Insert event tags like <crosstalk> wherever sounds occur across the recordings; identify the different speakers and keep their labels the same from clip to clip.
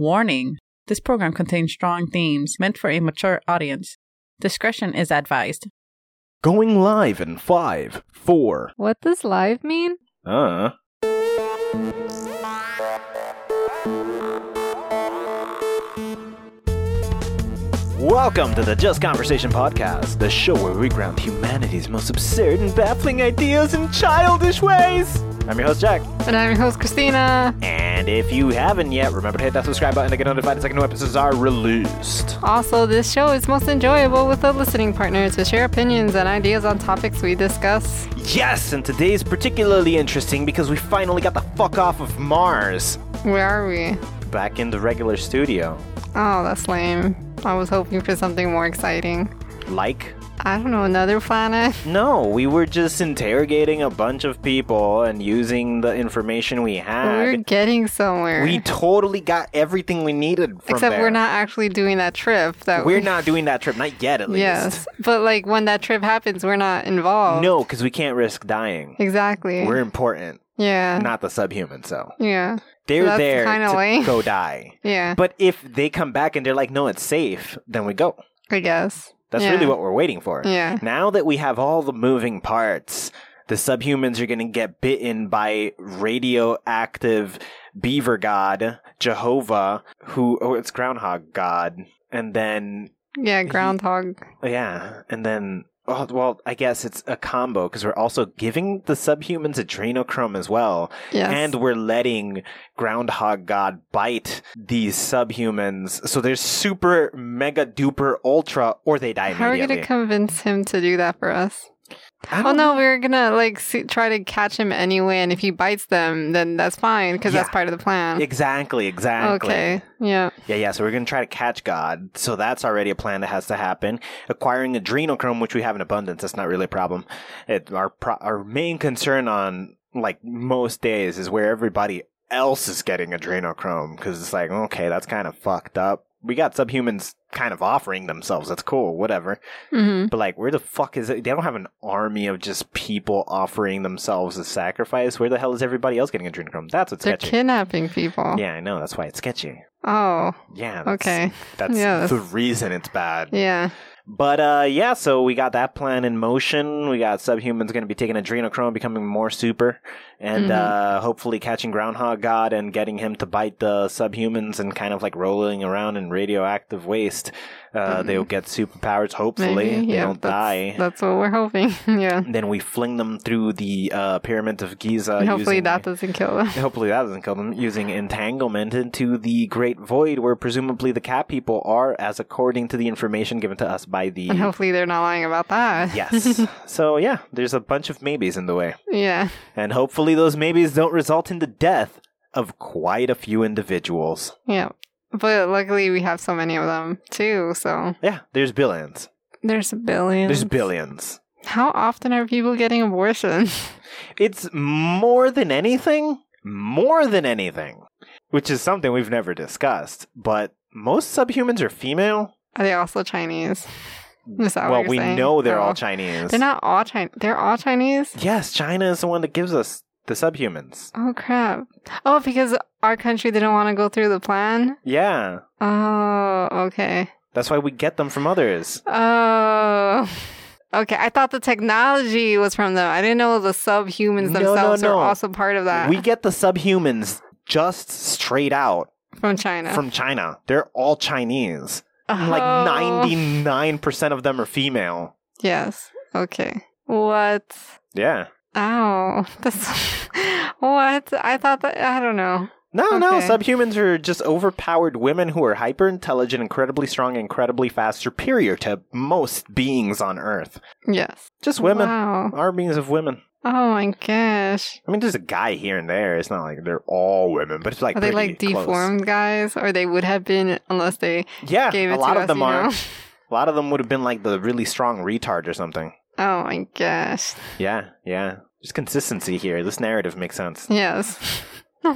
Speaker 1: Warning This program contains strong themes meant for a mature audience. Discretion is advised.
Speaker 2: Going live in five, four.
Speaker 3: What does live mean?
Speaker 2: Uh. Welcome to the Just Conversation Podcast, the show where we ground humanity's most absurd and baffling ideas in childish ways. I'm your host, Jack.
Speaker 3: And I'm your host, Christina.
Speaker 2: And if you haven't yet, remember to hit that subscribe button to get notified as second new episodes are released.
Speaker 3: Also, this show is most enjoyable with a listening partner to share opinions and ideas on topics we discuss.
Speaker 2: Yes, and today's particularly interesting because we finally got the fuck off of Mars
Speaker 3: Where are we?
Speaker 2: back in the regular studio.
Speaker 3: Oh, that's lame. I was hoping for something more exciting.
Speaker 2: Like
Speaker 3: I don't know,
Speaker 2: <laughs>
Speaker 3: another planet?
Speaker 2: No, we were just interrogating a bunch of people and using the information we
Speaker 3: We're
Speaker 2: had.
Speaker 3: getting somewhere.
Speaker 2: We totally got everything we needed from
Speaker 3: Except
Speaker 2: there.
Speaker 3: we're not actually doing that trip. That
Speaker 2: We're not doing that trip, not yet at least.
Speaker 3: Yes. But, like, when that trip happens, we're not involved.
Speaker 2: No, because we can't risk dying.
Speaker 3: Exactly.
Speaker 2: We're important,
Speaker 3: yeah.
Speaker 2: not the subhuman. So
Speaker 3: yeah.
Speaker 2: they're
Speaker 3: that's
Speaker 2: there
Speaker 3: kinda
Speaker 2: to
Speaker 3: lame.
Speaker 2: go
Speaker 3: <laughs>
Speaker 2: die.
Speaker 3: Yeah.
Speaker 2: But if they come back and they're like, "No, it's safe," then we go.
Speaker 3: I guess.
Speaker 2: That's
Speaker 3: Yeah.
Speaker 2: really what we're waiting for.
Speaker 3: Yeah.
Speaker 2: Now that we have all the moving parts, the subhumans are going to get bitten by radioactive beaver god, Jehovah, who, oh, it's groundhog god. And then,
Speaker 3: Yeah, groundhog.
Speaker 2: yeah, and then, oh, well, I guess it's a combo because we're also giving the subhumans adrenochrome as well.
Speaker 3: Yes.
Speaker 2: And we're letting groundhog god bite these subhumans. So they're super, mega duper, ultra, or they die
Speaker 3: How are we
Speaker 2: immediately.
Speaker 3: gonna convince him to do that for us?
Speaker 2: I
Speaker 3: Oh
Speaker 2: don't
Speaker 3: no, we were gonna like see, try to catch him anyway, and if he bites them, then that's fine because that's
Speaker 2: Yeah.
Speaker 3: part of the plan.
Speaker 2: Exactly, exactly.
Speaker 3: Okay. Yeah.
Speaker 2: Yeah, yeah. So we're going to try to catch God. So that's already a plan that has to happen. Acquiring adrenochrome, which we have in abundance, that's not really a problem. It, our pro- our main concern on like most days is where everybody else is getting adrenochrome because it's like, okay, that's kind of fucked up. We got subhumans kind of offering themselves. That's cool, whatever.
Speaker 3: hmm
Speaker 2: But like, where the fuck is it? They don't have an army of just people offering themselves as sacrifice. Where the hell is everybody else getting adrenochrome? That's what's
Speaker 3: They're
Speaker 2: sketchy.
Speaker 3: kidnapping people.
Speaker 2: Yeah, I know. That's why it's sketchy.
Speaker 3: Oh.
Speaker 2: Yeah. that's-
Speaker 3: Okay.
Speaker 2: That's
Speaker 3: Yeah, that's-
Speaker 2: the reason it's bad.
Speaker 3: Yeah.
Speaker 2: But uh, yeah, so we got that plan in motion. We got subhumans going to be taking adrenochrome, becoming more super, and
Speaker 3: Mhm.
Speaker 2: uh, hopefully catching Groundhog God and getting him to bite the subhumans and kind of like rolling around in radioactive waste. Uh,
Speaker 3: Mhm.
Speaker 2: They'll get superpowers, hopefully.
Speaker 3: Maybe.
Speaker 2: They
Speaker 3: yeah.
Speaker 2: don't
Speaker 3: that's,
Speaker 2: die.
Speaker 3: That's what we're hoping. <laughs> yeah.
Speaker 2: And then we fling them through the uh, Pyramid of Giza.
Speaker 3: And hopefully
Speaker 2: using-
Speaker 3: that doesn't
Speaker 2: <laughs>
Speaker 3: kill them.
Speaker 2: Hopefully that doesn't kill them. Using entanglement into the great void, where presumably the cat people are, as according to the information given to us by the.
Speaker 3: and hopefully they're not lying about
Speaker 2: <laughs>
Speaker 3: that.
Speaker 2: yes. so yeah, there's a bunch of maybes in the way,
Speaker 3: <laughs> yeah.
Speaker 2: and hopefully those maybes don't result in the death of quite a few individuals.
Speaker 3: Yeah. But luckily we have so many of them too. So
Speaker 2: Yeah, there's billions.
Speaker 3: there's billions.
Speaker 2: There's billions.
Speaker 3: How often are people getting abortions?
Speaker 2: It's more than anything, more than anything, which is something we've never discussed. But most subhumans are female.
Speaker 3: Are they also Chinese? Is that what
Speaker 2: well,
Speaker 3: you're
Speaker 2: we
Speaker 3: saying?
Speaker 2: know they're
Speaker 3: Oh.
Speaker 2: all Chinese.
Speaker 3: They're not all Chinese. They're all Chinese.
Speaker 2: Yes, China is the one that gives us the subhumans.
Speaker 3: Oh crap! Oh, because our country didn't want to go through the plan.
Speaker 2: Yeah,
Speaker 3: Oh, okay.
Speaker 2: that's why we get them from others.
Speaker 3: Oh, okay. I thought the technology was from them. I didn't know the subhumans
Speaker 2: No, no,
Speaker 3: themselves
Speaker 2: no.
Speaker 3: are also part of that.
Speaker 2: We get the subhumans just straight out
Speaker 3: from China.
Speaker 2: from China. They're all Chinese. Like
Speaker 3: Oh.
Speaker 2: 99% of them are female.
Speaker 3: Yes. Okay. What?
Speaker 2: Yeah.
Speaker 3: Ow. <laughs> That's what? I thought that. I don't know.
Speaker 2: No, no,
Speaker 3: Okay.
Speaker 2: subhumans are just overpowered women who are hyper intelligent, incredibly strong, incredibly fast, superior to most beings on Earth.
Speaker 3: Yes.
Speaker 2: Just women.
Speaker 3: Wow.
Speaker 2: Armies of women.
Speaker 3: Oh my gosh.
Speaker 2: I mean, there's a guy here and there. It's not like they're all women, but it's like
Speaker 3: are they
Speaker 2: pretty
Speaker 3: like
Speaker 2: close.
Speaker 3: deformed guys or they would have been unless they
Speaker 2: Yeah,
Speaker 3: gave it
Speaker 2: a lot
Speaker 3: to
Speaker 2: of
Speaker 3: us,
Speaker 2: them
Speaker 3: you
Speaker 2: are.
Speaker 3: know?
Speaker 2: A lot of them would have been like the really strong retard or something.
Speaker 3: oh my gosh
Speaker 2: Yeah, yeah. There's consistency here. This narrative makes sense.
Speaker 3: yes <laughs> what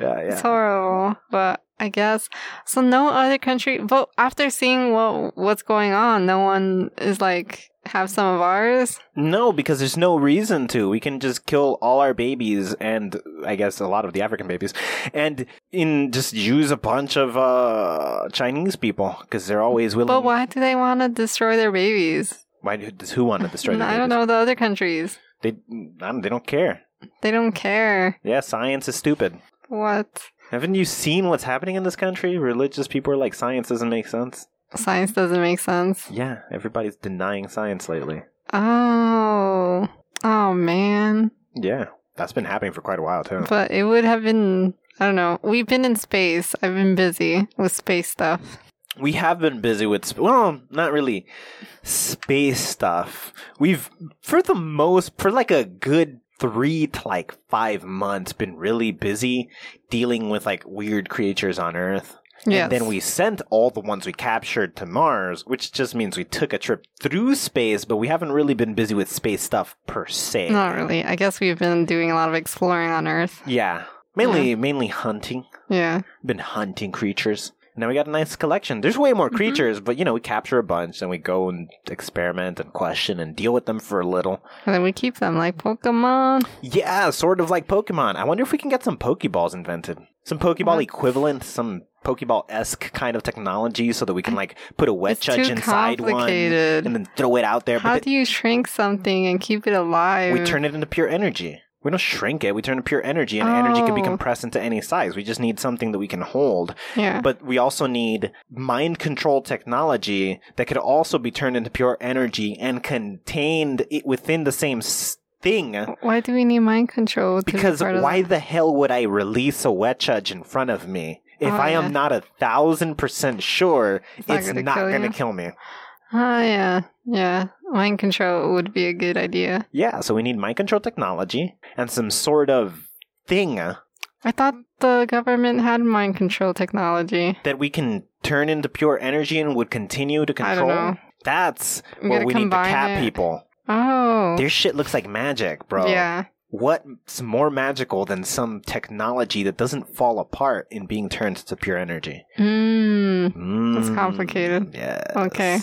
Speaker 2: Yeah,
Speaker 3: it's
Speaker 2: yeah.
Speaker 3: horrible but i guess so no other country but after seeing what what's going on no one is like have some of ours?
Speaker 2: No, because there's no reason to. We can just kill all our babies and I guess a lot of the African babies and in just use a bunch of uh, Chinese people because they're always willing.
Speaker 3: But why do they want to destroy their babies?
Speaker 2: Why does who want to destroy? their
Speaker 3: I don't
Speaker 2: babies?
Speaker 3: know the other countries.
Speaker 2: They I don't, they don't care.
Speaker 3: They don't care.
Speaker 2: Yeah, science is stupid.
Speaker 3: What?
Speaker 2: Haven't you seen what's happening in this country? Religious people are like science doesn't make sense.
Speaker 3: Science doesn't make sense.
Speaker 2: Yeah, everybody's denying science lately.
Speaker 3: Oh. Oh, man.
Speaker 2: Yeah, that's been happening for quite a while too.
Speaker 3: But it would have been. I don't know. We've been in space. I've been busy with space stuff.
Speaker 2: we have been busy with sp- well not really space stuff we've for the most for like a good three to like five months been really busy dealing with like weird creatures on earth
Speaker 3: Yes.
Speaker 2: and then we sent all the ones we captured to mars which just means we took a trip through space but we haven't really been busy with space stuff per se
Speaker 3: Not really. I guess we've been doing a lot of exploring on Earth.
Speaker 2: yeah mainly mainly hunting
Speaker 3: Yeah.
Speaker 2: been hunting creatures. Now we got a nice collection. There's way more
Speaker 3: Mhm.
Speaker 2: creatures, but you know, we capture a bunch and we go and experiment and question and deal with them for a little.
Speaker 3: And then we keep them like Pokemon.
Speaker 2: Yeah, sort of like Pokemon. I wonder if we can get some Pokeballs invented. Some Pokeball
Speaker 3: What?
Speaker 2: equivalent, some Pokeball esque kind of technology so that we can like put a wet
Speaker 3: It's
Speaker 2: judge
Speaker 3: too
Speaker 2: inside one and
Speaker 3: complicated.
Speaker 2: then throw it out there.
Speaker 3: How
Speaker 2: but
Speaker 3: do you shrink something and keep it alive?
Speaker 2: we turn it into pure energy. We don't shrink it, we turn it pure energy, and energy can be
Speaker 3: Oh.
Speaker 2: compressed into any size. We just need something that we can hold.
Speaker 3: Yeah.
Speaker 2: but we also need mind control technology that could also be turned into pure energy and contained i- within the same s- thing.
Speaker 3: why do we need mind control? To be
Speaker 2: Because
Speaker 3: part of
Speaker 2: why
Speaker 3: that?
Speaker 2: the hell would I release a wet judge in front of me if
Speaker 3: Oh,
Speaker 2: I
Speaker 3: yeah.
Speaker 2: am not a thousand percent sure
Speaker 3: It's not
Speaker 2: it's
Speaker 3: gonna
Speaker 2: not
Speaker 3: kill
Speaker 2: going to
Speaker 3: you.
Speaker 2: kill me?
Speaker 3: Ah, yeah, yeah. Mind control would be a good idea.
Speaker 2: Yeah, so we need mind control technology and some sort of thing
Speaker 3: I thought the government had mind control technology.
Speaker 2: that we can turn into pure energy and would continue to
Speaker 3: I
Speaker 2: control.
Speaker 3: don't know.
Speaker 2: That's
Speaker 3: We
Speaker 2: where
Speaker 3: gotta
Speaker 2: we need the
Speaker 3: combine
Speaker 2: cat
Speaker 3: it.
Speaker 2: people.
Speaker 3: Oh,
Speaker 2: Their shit looks like magic, bro.
Speaker 3: yeah.
Speaker 2: what's more magical than some technology that doesn't fall apart in being turned to pure energy?
Speaker 3: Mm.
Speaker 2: It's
Speaker 3: complicated.
Speaker 2: Yeah.
Speaker 3: Okay.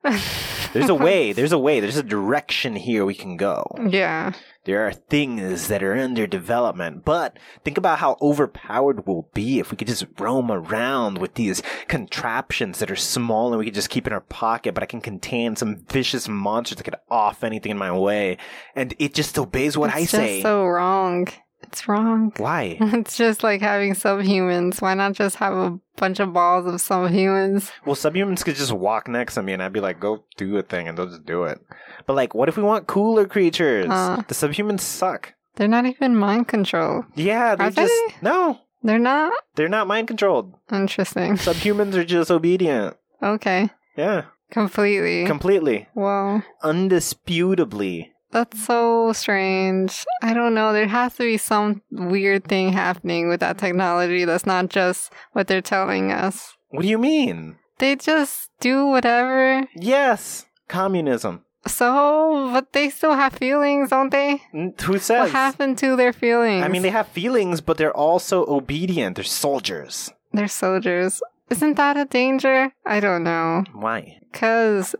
Speaker 2: <laughs> There's a
Speaker 3: <laughs>
Speaker 2: way. There's a way. There's a direction here we can go.
Speaker 3: yeah.
Speaker 2: There are things that are under development, but think about how overpowered we'll be if we could just roam around with these contraptions that are small and we could just keep in our pocket, but I can contain some vicious monsters that could off anything in my way. And it just obeys what
Speaker 3: it's
Speaker 2: I
Speaker 3: just
Speaker 2: say.
Speaker 3: So wrong. It's wrong. <laughs>
Speaker 2: Why?
Speaker 3: It's just like having subhumans. Why not just have a bunch of balls of subhumans?
Speaker 2: Well, subhumans could just walk next to me and I'd be like, go do a thing and they'll just do it. But like, what if we want cooler creatures?
Speaker 3: Uh.
Speaker 2: the subhumans suck.
Speaker 3: They're not even mind control.
Speaker 2: Yeah, they're
Speaker 3: Are
Speaker 2: just. No,
Speaker 3: They're not
Speaker 2: they're not mind controlled.
Speaker 3: interesting.
Speaker 2: Subhumans are just obedient.
Speaker 3: Okay,
Speaker 2: Yeah,
Speaker 3: completely.
Speaker 2: completely.
Speaker 3: well,
Speaker 2: Undisputably.
Speaker 3: that's so strange. I don't know. There has to be some weird thing happening with that technology that's not just what they're telling us.
Speaker 2: What do you mean?
Speaker 3: They just do whatever.
Speaker 2: Yes, communism.
Speaker 3: So, but they still have feelings, don't they?
Speaker 2: N- Who
Speaker 3: What
Speaker 2: says?
Speaker 3: happened to their feelings?
Speaker 2: I mean, they have feelings, but they're also obedient. They're soldiers.
Speaker 3: They're soldiers. Isn't that a danger? I don't know.
Speaker 2: Why?
Speaker 3: Because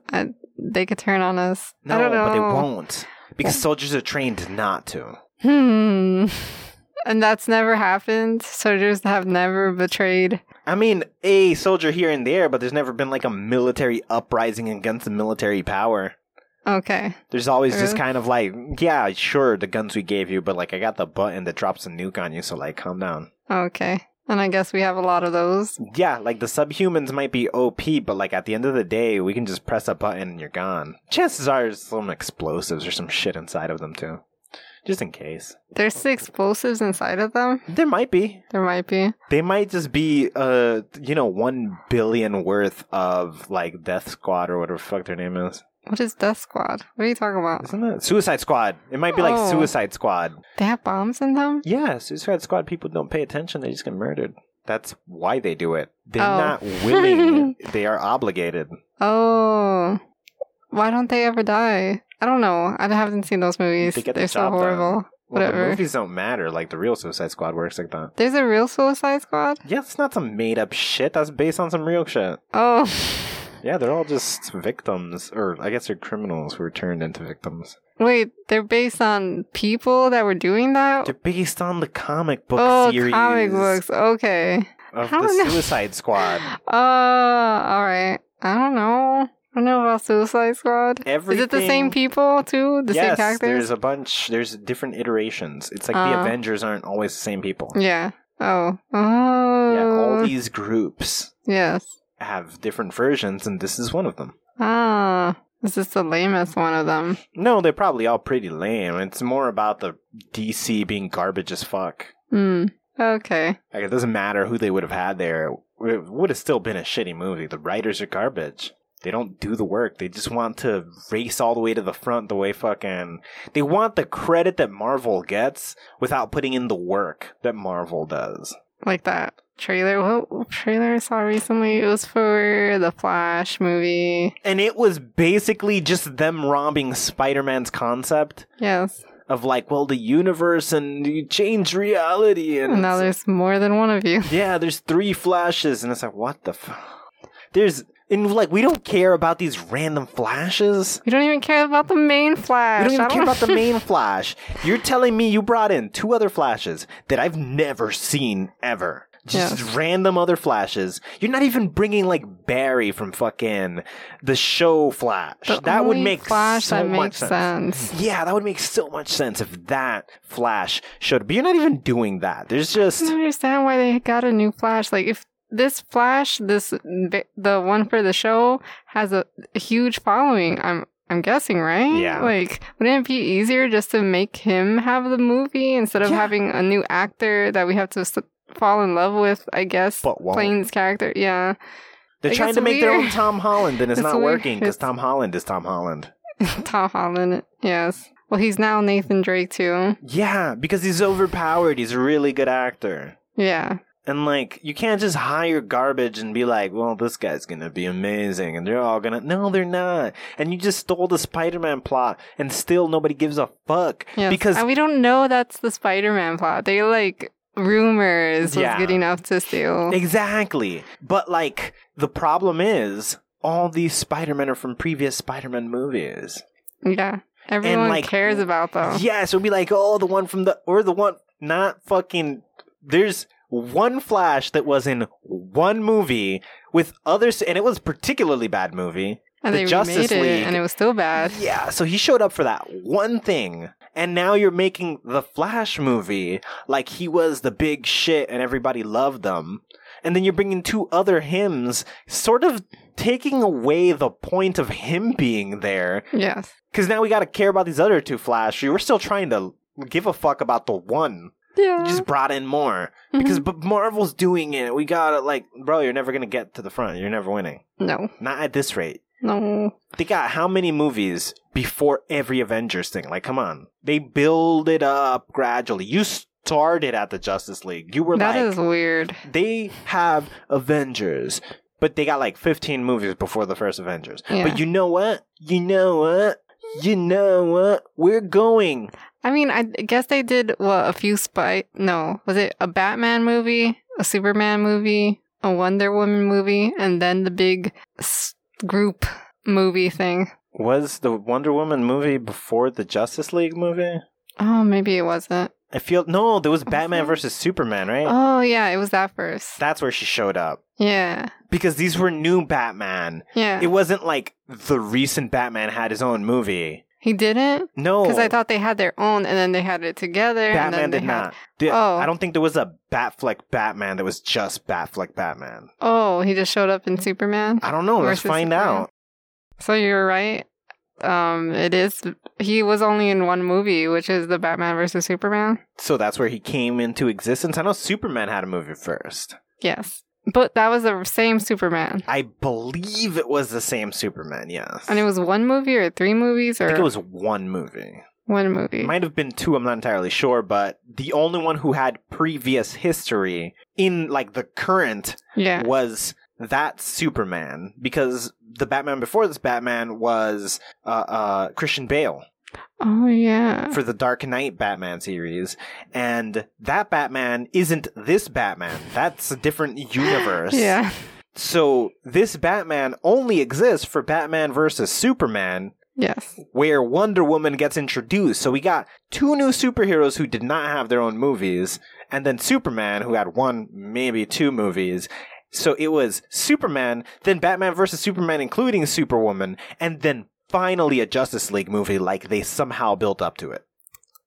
Speaker 3: they could turn on us.
Speaker 2: No,
Speaker 3: I don't know.
Speaker 2: but they won't. Because soldiers are trained not to.
Speaker 3: Hmm. <laughs> And that's never happened. Soldiers have never betrayed.
Speaker 2: I mean, a soldier here and there, but there's never been like a military uprising against the military power.
Speaker 3: Okay.
Speaker 2: There's always just
Speaker 3: Really?
Speaker 2: kind of like, yeah, sure, the guns we gave you, but like I got the button that drops a nuke on you, so like calm down.
Speaker 3: Okay. And I guess we have a lot of those.
Speaker 2: Yeah, like the subhumans might be OP, but like at the end of the day, we can just press a button and you're gone. Chances are there's some explosives or some shit inside of them too. Just in case.
Speaker 3: There's explosives inside of them.
Speaker 2: There might be.
Speaker 3: There might be.
Speaker 2: They might just be, uh, you know, one billion worth of like Death Squad or whatever the fuck their name is.
Speaker 3: What is Death Squad? What are you talking about?
Speaker 2: Isn't it Suicide Squad? It might be like
Speaker 3: Oh.
Speaker 2: Suicide Squad.
Speaker 3: They have bombs in them?
Speaker 2: Yeah, Suicide Squad people don't pay attention; they just get murdered. That's why they do it. They're
Speaker 3: Oh.
Speaker 2: not
Speaker 3: <laughs>
Speaker 2: willing; they are obligated.
Speaker 3: Oh. Why don't they ever die? I don't know. I haven't seen those movies.
Speaker 2: They
Speaker 3: They
Speaker 2: get the
Speaker 3: are so
Speaker 2: job done.
Speaker 3: horrible.
Speaker 2: Well,
Speaker 3: Whatever.
Speaker 2: the movies don't matter. Like the real Suicide Squad works like that.
Speaker 3: There's a real Suicide Squad?
Speaker 2: Yeah, it's not some made-up shit. That's based on some real shit.
Speaker 3: Oh. <laughs>
Speaker 2: Yeah, they're all just victims, or I guess they're criminals who were turned into victims.
Speaker 3: Wait, they're based on people that were doing that?
Speaker 2: They're based on the comic book
Speaker 3: oh,
Speaker 2: series
Speaker 3: comic books. Okay.
Speaker 2: of
Speaker 3: How
Speaker 2: the
Speaker 3: am I-
Speaker 2: Suicide Squad.
Speaker 3: Uh, all right. I don't know. I don't know about Suicide Squad. <laughs> Is it the
Speaker 2: Everything-
Speaker 3: same people too? The
Speaker 2: yes,
Speaker 3: same characters?
Speaker 2: there's a bunch. There's different iterations. It's like the
Speaker 3: Uh.
Speaker 2: Avengers aren't always the same people.
Speaker 3: Yeah. Oh. Oh.
Speaker 2: yeah, all these groups
Speaker 3: yes.
Speaker 2: have different versions, and this is one of them.
Speaker 3: Ah. This is the lamest one of them.
Speaker 2: No, they're probably all pretty lame. It's more about the DC being garbage as fuck.
Speaker 3: Hmm. Okay.
Speaker 2: Like, it doesn't matter who they would have had there. It would have still been a shitty movie. The writers are garbage. They don't do the work. They just want to race all the way to the front the way fucking. They want the credit that Marvel gets without putting in the work that Marvel does.
Speaker 3: Like that trailer. What trailer I saw recently? It was for the Flash movie.
Speaker 2: And it was basically just them robbing Spider Man's concept
Speaker 3: Yes.
Speaker 2: of like, well, the universe and you change reality. And
Speaker 3: And now
Speaker 2: it's-
Speaker 3: there's more than one of you.
Speaker 2: yeah, there's three flashes, and it's like, what the? F-? There's and like we don't care about these random flashes.
Speaker 3: We don't even care about the main Flash.
Speaker 2: We don't even
Speaker 3: I
Speaker 2: care about the
Speaker 3: <laughs>
Speaker 2: main flash. You're telling me you brought in two other flashes that I've never seen ever. Just
Speaker 3: Yes.
Speaker 2: random other flashes. You're not even bringing like Barry from fucking the show Flash.
Speaker 3: The
Speaker 2: that would
Speaker 3: only
Speaker 2: make
Speaker 3: Flash
Speaker 2: so
Speaker 3: that
Speaker 2: much
Speaker 3: makes sense.
Speaker 2: Yeah, that would make so much sense if that Flash showed. But you're not even doing that. There's
Speaker 3: I
Speaker 2: just
Speaker 3: don't understand why they got a new Flash. Like, if this Flash, this ba- the one for the show, has a, a huge following, I'm I'm guessing, right?
Speaker 2: Yeah.
Speaker 3: Like, wouldn't it be easier just to make him have the movie instead of
Speaker 2: Yeah.
Speaker 3: having a new actor that we have to s- fall in love with? I
Speaker 2: <laughs>
Speaker 3: guess
Speaker 2: But won't.
Speaker 3: playing this character.
Speaker 2: <laughs>
Speaker 3: Yeah.
Speaker 2: They're
Speaker 3: Like,
Speaker 2: trying
Speaker 3: it's
Speaker 2: to make their own
Speaker 3: weird. <laughs>
Speaker 2: Tom Holland, and it's,
Speaker 3: It's
Speaker 2: not
Speaker 3: weird.
Speaker 2: working because
Speaker 3: It's-
Speaker 2: Tom Holland is Tom Holland.
Speaker 3: Tom Holland. Yes. Well, he's now Nathan Drake too.
Speaker 2: Yeah, because he's overpowered. He's a really good actor.
Speaker 3: Yeah.
Speaker 2: And like, you can't just hire garbage and be like, "Well, this guy's gonna be amazing," and they're all gonna. No, they're not. And you just stole the Spider-Man plot, and still nobody gives a fuck
Speaker 3: Yes.
Speaker 2: because
Speaker 3: and we don't know that's the Spider-Man plot. They like rumors
Speaker 2: Yeah.
Speaker 3: was good enough to steal.
Speaker 2: Exactly. But like the problem is all these Spider-Men are from previous Spider-Man movies.
Speaker 3: yeah. Everyone
Speaker 2: like,
Speaker 3: cares about them.
Speaker 2: Yes, it would be like, oh, the one from the or the one not fucking. There's one Flash that was in one movie with others, and it was particularly bad movie.
Speaker 3: and
Speaker 2: the
Speaker 3: they
Speaker 2: Justice
Speaker 3: remade it
Speaker 2: League-
Speaker 3: and it was still bad.
Speaker 2: Yeah, so he showed up for that one thing, and now you're making the Flash movie like he was the big shit and everybody loved them. And then you're bringing two other hymns, sort of taking away the point of him being there
Speaker 3: Yes.
Speaker 2: because now we got to care about these other two Flash. You were still trying to give a fuck about the one.
Speaker 3: Yeah.
Speaker 2: You just brought in more because but Marvel's doing it. We got to like, bro, you're never gonna get to the front. You're never winning.
Speaker 3: no.
Speaker 2: Not at this rate.
Speaker 3: No.
Speaker 2: They got how many movies before every Avengers thing? Like, come on. They build it up gradually. You started at the Justice League. You were
Speaker 3: That
Speaker 2: like,
Speaker 3: is weird.
Speaker 2: they have Avengers, but they got like 15 movies before the first Avengers.
Speaker 3: Yeah.
Speaker 2: But you know what? You know what? You know what? We're going.
Speaker 3: I mean, I guess they did what a few spy. No, was it a Batman movie, a Superman movie, a Wonder Woman movie, and then the big s- group movie thing?
Speaker 2: Was the Wonder Woman movie before the Justice League movie?
Speaker 3: Oh, maybe it wasn't.
Speaker 2: I feel no. There was Batman
Speaker 3: it?
Speaker 2: versus Superman, right?
Speaker 3: Oh yeah, it was that first.
Speaker 2: That's where she showed up
Speaker 3: Yeah,
Speaker 2: because these were new Batman.
Speaker 3: yeah.
Speaker 2: It wasn't like the recent Batman had his own movie.
Speaker 3: he didn't
Speaker 2: No,
Speaker 3: because I thought they had their own, and then they had it together. and
Speaker 2: Oh. Batman
Speaker 3: then they
Speaker 2: did
Speaker 3: had-
Speaker 2: not. Did-
Speaker 3: Oh.
Speaker 2: I don't think there was a Batfleck Batman that was just Batfleck Batman.
Speaker 3: Oh, he just showed up in Superman.
Speaker 2: I don't know. Let's
Speaker 3: versus
Speaker 2: find
Speaker 3: Superman.
Speaker 2: out.
Speaker 3: So you're right. Um, it is. He was only in one movie, which is the Batman versus Superman.
Speaker 2: So that's where he came into existence. I know Superman had a movie first.
Speaker 3: Yes. But that was the same Superman.
Speaker 2: I believe it was the same Superman, yes.
Speaker 3: And it was one movie or three movies
Speaker 2: I
Speaker 3: or
Speaker 2: think it was one movie.
Speaker 3: one movie.
Speaker 2: It might have been two, I'm not entirely sure, but the only one who had previous history in like the current
Speaker 3: yeah.
Speaker 2: was that Superman because the Batman before this Batman was uh, uh, Christian Bale.
Speaker 3: Oh yeah.
Speaker 2: for the Dark Knight Batman series, and that Batman isn't this Batman. That's a different universe.
Speaker 3: <laughs> Yeah.
Speaker 2: So this Batman only exists for Batman versus Superman,
Speaker 3: Yes.
Speaker 2: where Wonder Woman gets introduced. So we got two new superheroes who did not have their own movies, and then Superman who had one, maybe two movies. So it was Superman, then Batman versus Superman, including Superwoman, and then finally a Justice League movie. Like they somehow built up to it.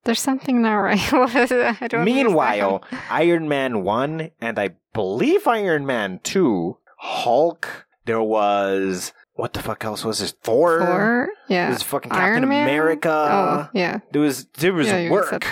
Speaker 3: There's something not right. <laughs> What is it? I don't
Speaker 2: Meanwhile,
Speaker 3: <laughs>
Speaker 2: Iron Man 1 and I believe Iron Man 2, Hulk, there was what the fuck else was this? Thor?
Speaker 3: understand. Or
Speaker 2: There
Speaker 3: yeah.
Speaker 2: was fucking
Speaker 3: Iron
Speaker 2: Captain
Speaker 3: Man?
Speaker 2: America.
Speaker 3: oh yeah.
Speaker 2: There was there was
Speaker 3: Yeah, you
Speaker 2: work.
Speaker 3: said-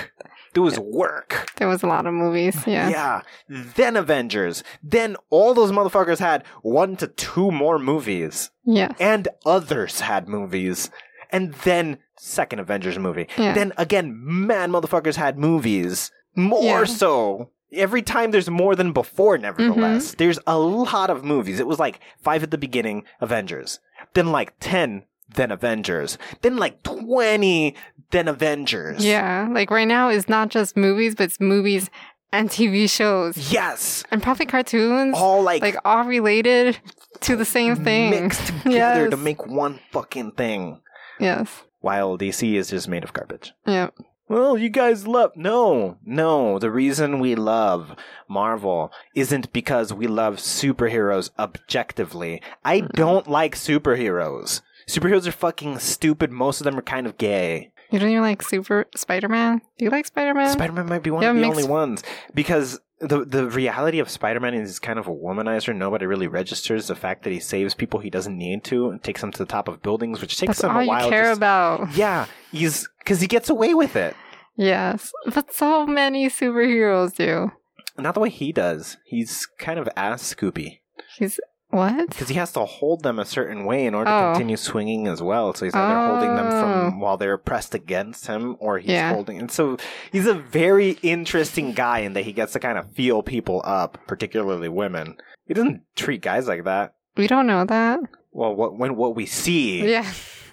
Speaker 2: There was work.
Speaker 3: There was a lot
Speaker 2: <laughs>
Speaker 3: of movies. Yeah.
Speaker 2: Yeah. Then Avengers. Then all those motherfuckers had one to two more movies.
Speaker 3: Yes.
Speaker 2: And others had movies. And then second Avengers movie.
Speaker 3: Yeah.
Speaker 2: Then again, man, motherfuckers had movies more
Speaker 3: Yeah.
Speaker 2: so. Every time there's more than before, nevertheless.
Speaker 3: Mm-hmm.
Speaker 2: There's a lot of movies. It was like five at the beginning, Avengers. Then like 10, then Avengers. Then like 20, then Avengers.
Speaker 3: Yeah. Like right now it's not just movies, but it's movies and TV shows
Speaker 2: Yes.
Speaker 3: and probably cartoons.
Speaker 2: All like,
Speaker 3: like all related to the same thing.
Speaker 2: mixed together to
Speaker 3: Yes.
Speaker 2: make one fucking thing.
Speaker 3: Yes.
Speaker 2: While DC is just made of garbage.
Speaker 3: Yeah.
Speaker 2: Well, you guys love. No, no. The reason we love Marvel isn't because we love superheroes objectively. I don't like superheroes. Superheroes are fucking stupid. Most of them are kind of gay.
Speaker 3: You don't even like Super Spider Man? Do you like Spider Man?
Speaker 2: Spider Man might be one
Speaker 3: Yeah,
Speaker 2: of the
Speaker 3: mixed-
Speaker 2: only ones because the the reality of Spider Man is he's kind of a womanizer. Nobody really registers the fact that he saves people he doesn't need to and takes them to the top of buildings, which takes
Speaker 3: That's
Speaker 2: him
Speaker 3: all
Speaker 2: a while.
Speaker 3: you care
Speaker 2: just-
Speaker 3: about.
Speaker 2: Yeah, he's because he gets away with it.
Speaker 3: Yes. But so many superheroes do.
Speaker 2: Not the way he does. He's kind of ass Scooby
Speaker 3: He's what?
Speaker 2: because he has to hold them a certain way in order to
Speaker 3: Oh.
Speaker 2: continue swinging as well. So he's either holding them from while they're pressed against him, or he's
Speaker 3: Yeah.
Speaker 2: holding. And so he's a very interesting guy in that he gets to kind of feel people up, particularly women. He doesn't treat guys like that.
Speaker 3: We don't know that.
Speaker 2: Well, what when what we see
Speaker 3: Yeah.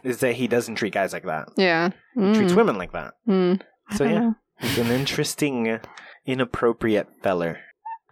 Speaker 2: is that he doesn't treat guys like that.
Speaker 3: Yeah.
Speaker 2: He
Speaker 3: Mm.
Speaker 2: treats women like that.
Speaker 3: Mm. I
Speaker 2: So
Speaker 3: don't
Speaker 2: yeah.
Speaker 3: know.
Speaker 2: He's an interesting, inappropriate feller.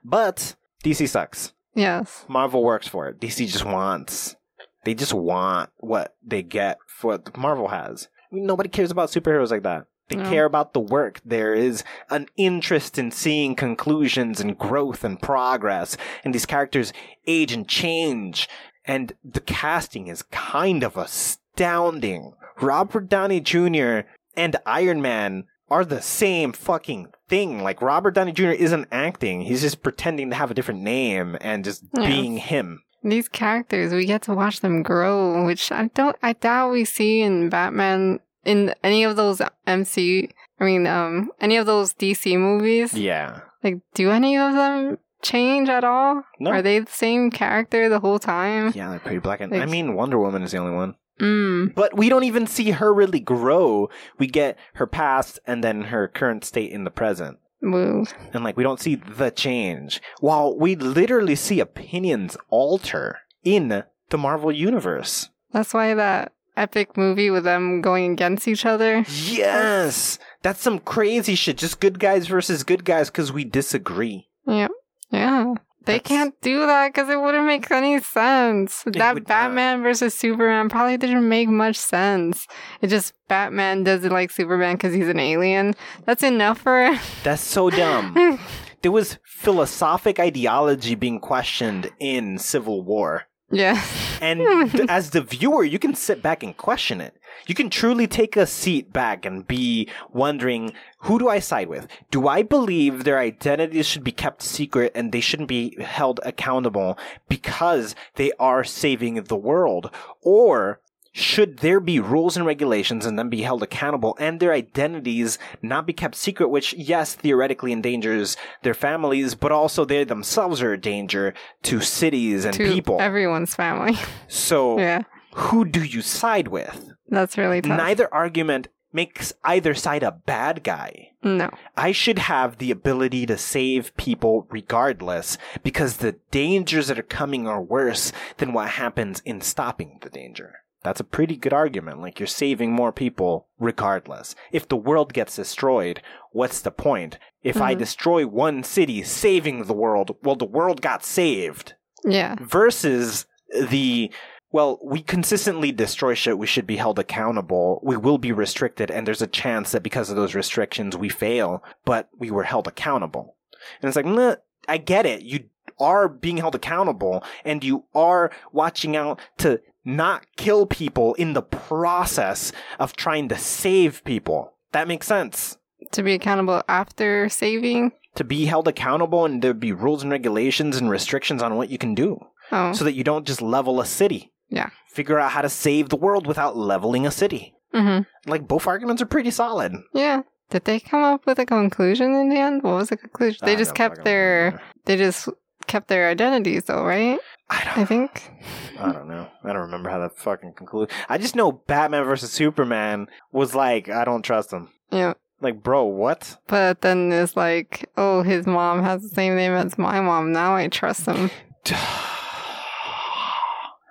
Speaker 2: But DC sucks.
Speaker 3: Yes.
Speaker 2: Marvel works for it. DC just wants. They just want what they get for what Marvel has. I mean, nobody cares about superheroes like that. They
Speaker 3: No.
Speaker 2: care about the work. There is an interest in seeing conclusions and growth and progress, and these characters age and change. And the casting is kind of astounding. Robert Downey Jr. and Iron Man are the same fucking thing. Like Robert Downey Jr. isn't acting; he's just pretending to have a different name and just
Speaker 3: Yeah.
Speaker 2: being him.
Speaker 3: These characters, we get to watch them grow, which I don't, I doubt we see in Batman, in any of those MC, I mean, um, any of those DC movies.
Speaker 2: Yeah.
Speaker 3: Like, do any of them change at all?
Speaker 2: No.
Speaker 3: Are they the same character the whole time?
Speaker 2: Yeah, they're pretty black and. I
Speaker 3: Like-
Speaker 2: mean, Wonder Woman is the only one.
Speaker 3: Mm.
Speaker 2: But we don't even see her really grow. We get her past and then her current state in the present.
Speaker 3: Move.
Speaker 2: And like, we don't see the change. While we literally see opinions alter in the Marvel Universe.
Speaker 3: That's why that epic movie with them going against each other.
Speaker 2: Yes! That's some crazy shit. Just good guys versus good guys because we disagree.
Speaker 3: Yep. Yeah. They
Speaker 2: That's-
Speaker 3: can't do that because it wouldn't make any sense.
Speaker 2: would not.
Speaker 3: That Batman versus Superman probably didn't make much sense. It just Batman doesn't like Superman because he's an alien. That's enough for <laughs>
Speaker 2: That's so dumb.
Speaker 3: him.
Speaker 2: there was philosophic ideology being questioned in Civil War.
Speaker 3: yeah. <laughs>
Speaker 2: And th- as the viewer, you can sit back and question it. You can truly take a seat back and be wondering, who do I side with? Do I believe their identities should be kept secret and they shouldn't be held accountable because they are saving the world? Or should there be rules and regulations and then be held accountable and their identities not be kept secret, which, yes, theoretically endangers their families, but also they themselves are a danger to cities and
Speaker 3: to
Speaker 2: people.
Speaker 3: everyone's family.
Speaker 2: So,
Speaker 3: yeah.
Speaker 2: who do you side with?
Speaker 3: That's really tough.
Speaker 2: Neither argument makes either side a bad guy.
Speaker 3: no.
Speaker 2: I should have the ability to save people regardless because the dangers that are coming are worse than what happens in stopping the danger. That's a pretty good argument. Like, you're saving more people regardless. If the world gets destroyed, what's the point? If I
Speaker 3: Mhm.
Speaker 2: destroy one city saving the world, well, the world got saved.
Speaker 3: Yeah.
Speaker 2: versus the well, we consistently destroy shit. We should be held accountable. We will be restricted, and there's a chance that because of those restrictions, we fail. But we were held accountable, and it's like, nah, I get it. You are being held accountable, and you are watching out to not kill people in the process of trying to save people. That makes sense.
Speaker 3: To be accountable after saving.
Speaker 2: To be held accountable, and there'd be rules and regulations and restrictions on what you can do
Speaker 3: Oh.
Speaker 2: so that you don't just level a city.
Speaker 3: Yeah.
Speaker 2: Figure out how to save the world without leveling a city.
Speaker 3: hmm
Speaker 2: Like both arguments are pretty solid.
Speaker 3: Yeah. Did they come up with a conclusion in the end? What was the conclusion? They
Speaker 2: Ah,
Speaker 3: just
Speaker 2: no,
Speaker 3: kept
Speaker 2: fucking-
Speaker 3: their they just kept their identities though, right?
Speaker 2: I don't.
Speaker 3: I think.
Speaker 2: I don't know. I don't remember how that fucking concluded. I just know Batman versus Superman was like, I don't trust him.
Speaker 3: Yeah.
Speaker 2: Like, bro, what? <sighs>
Speaker 3: But then it's like, oh, his mom has the same name as my mom. Now I trust him.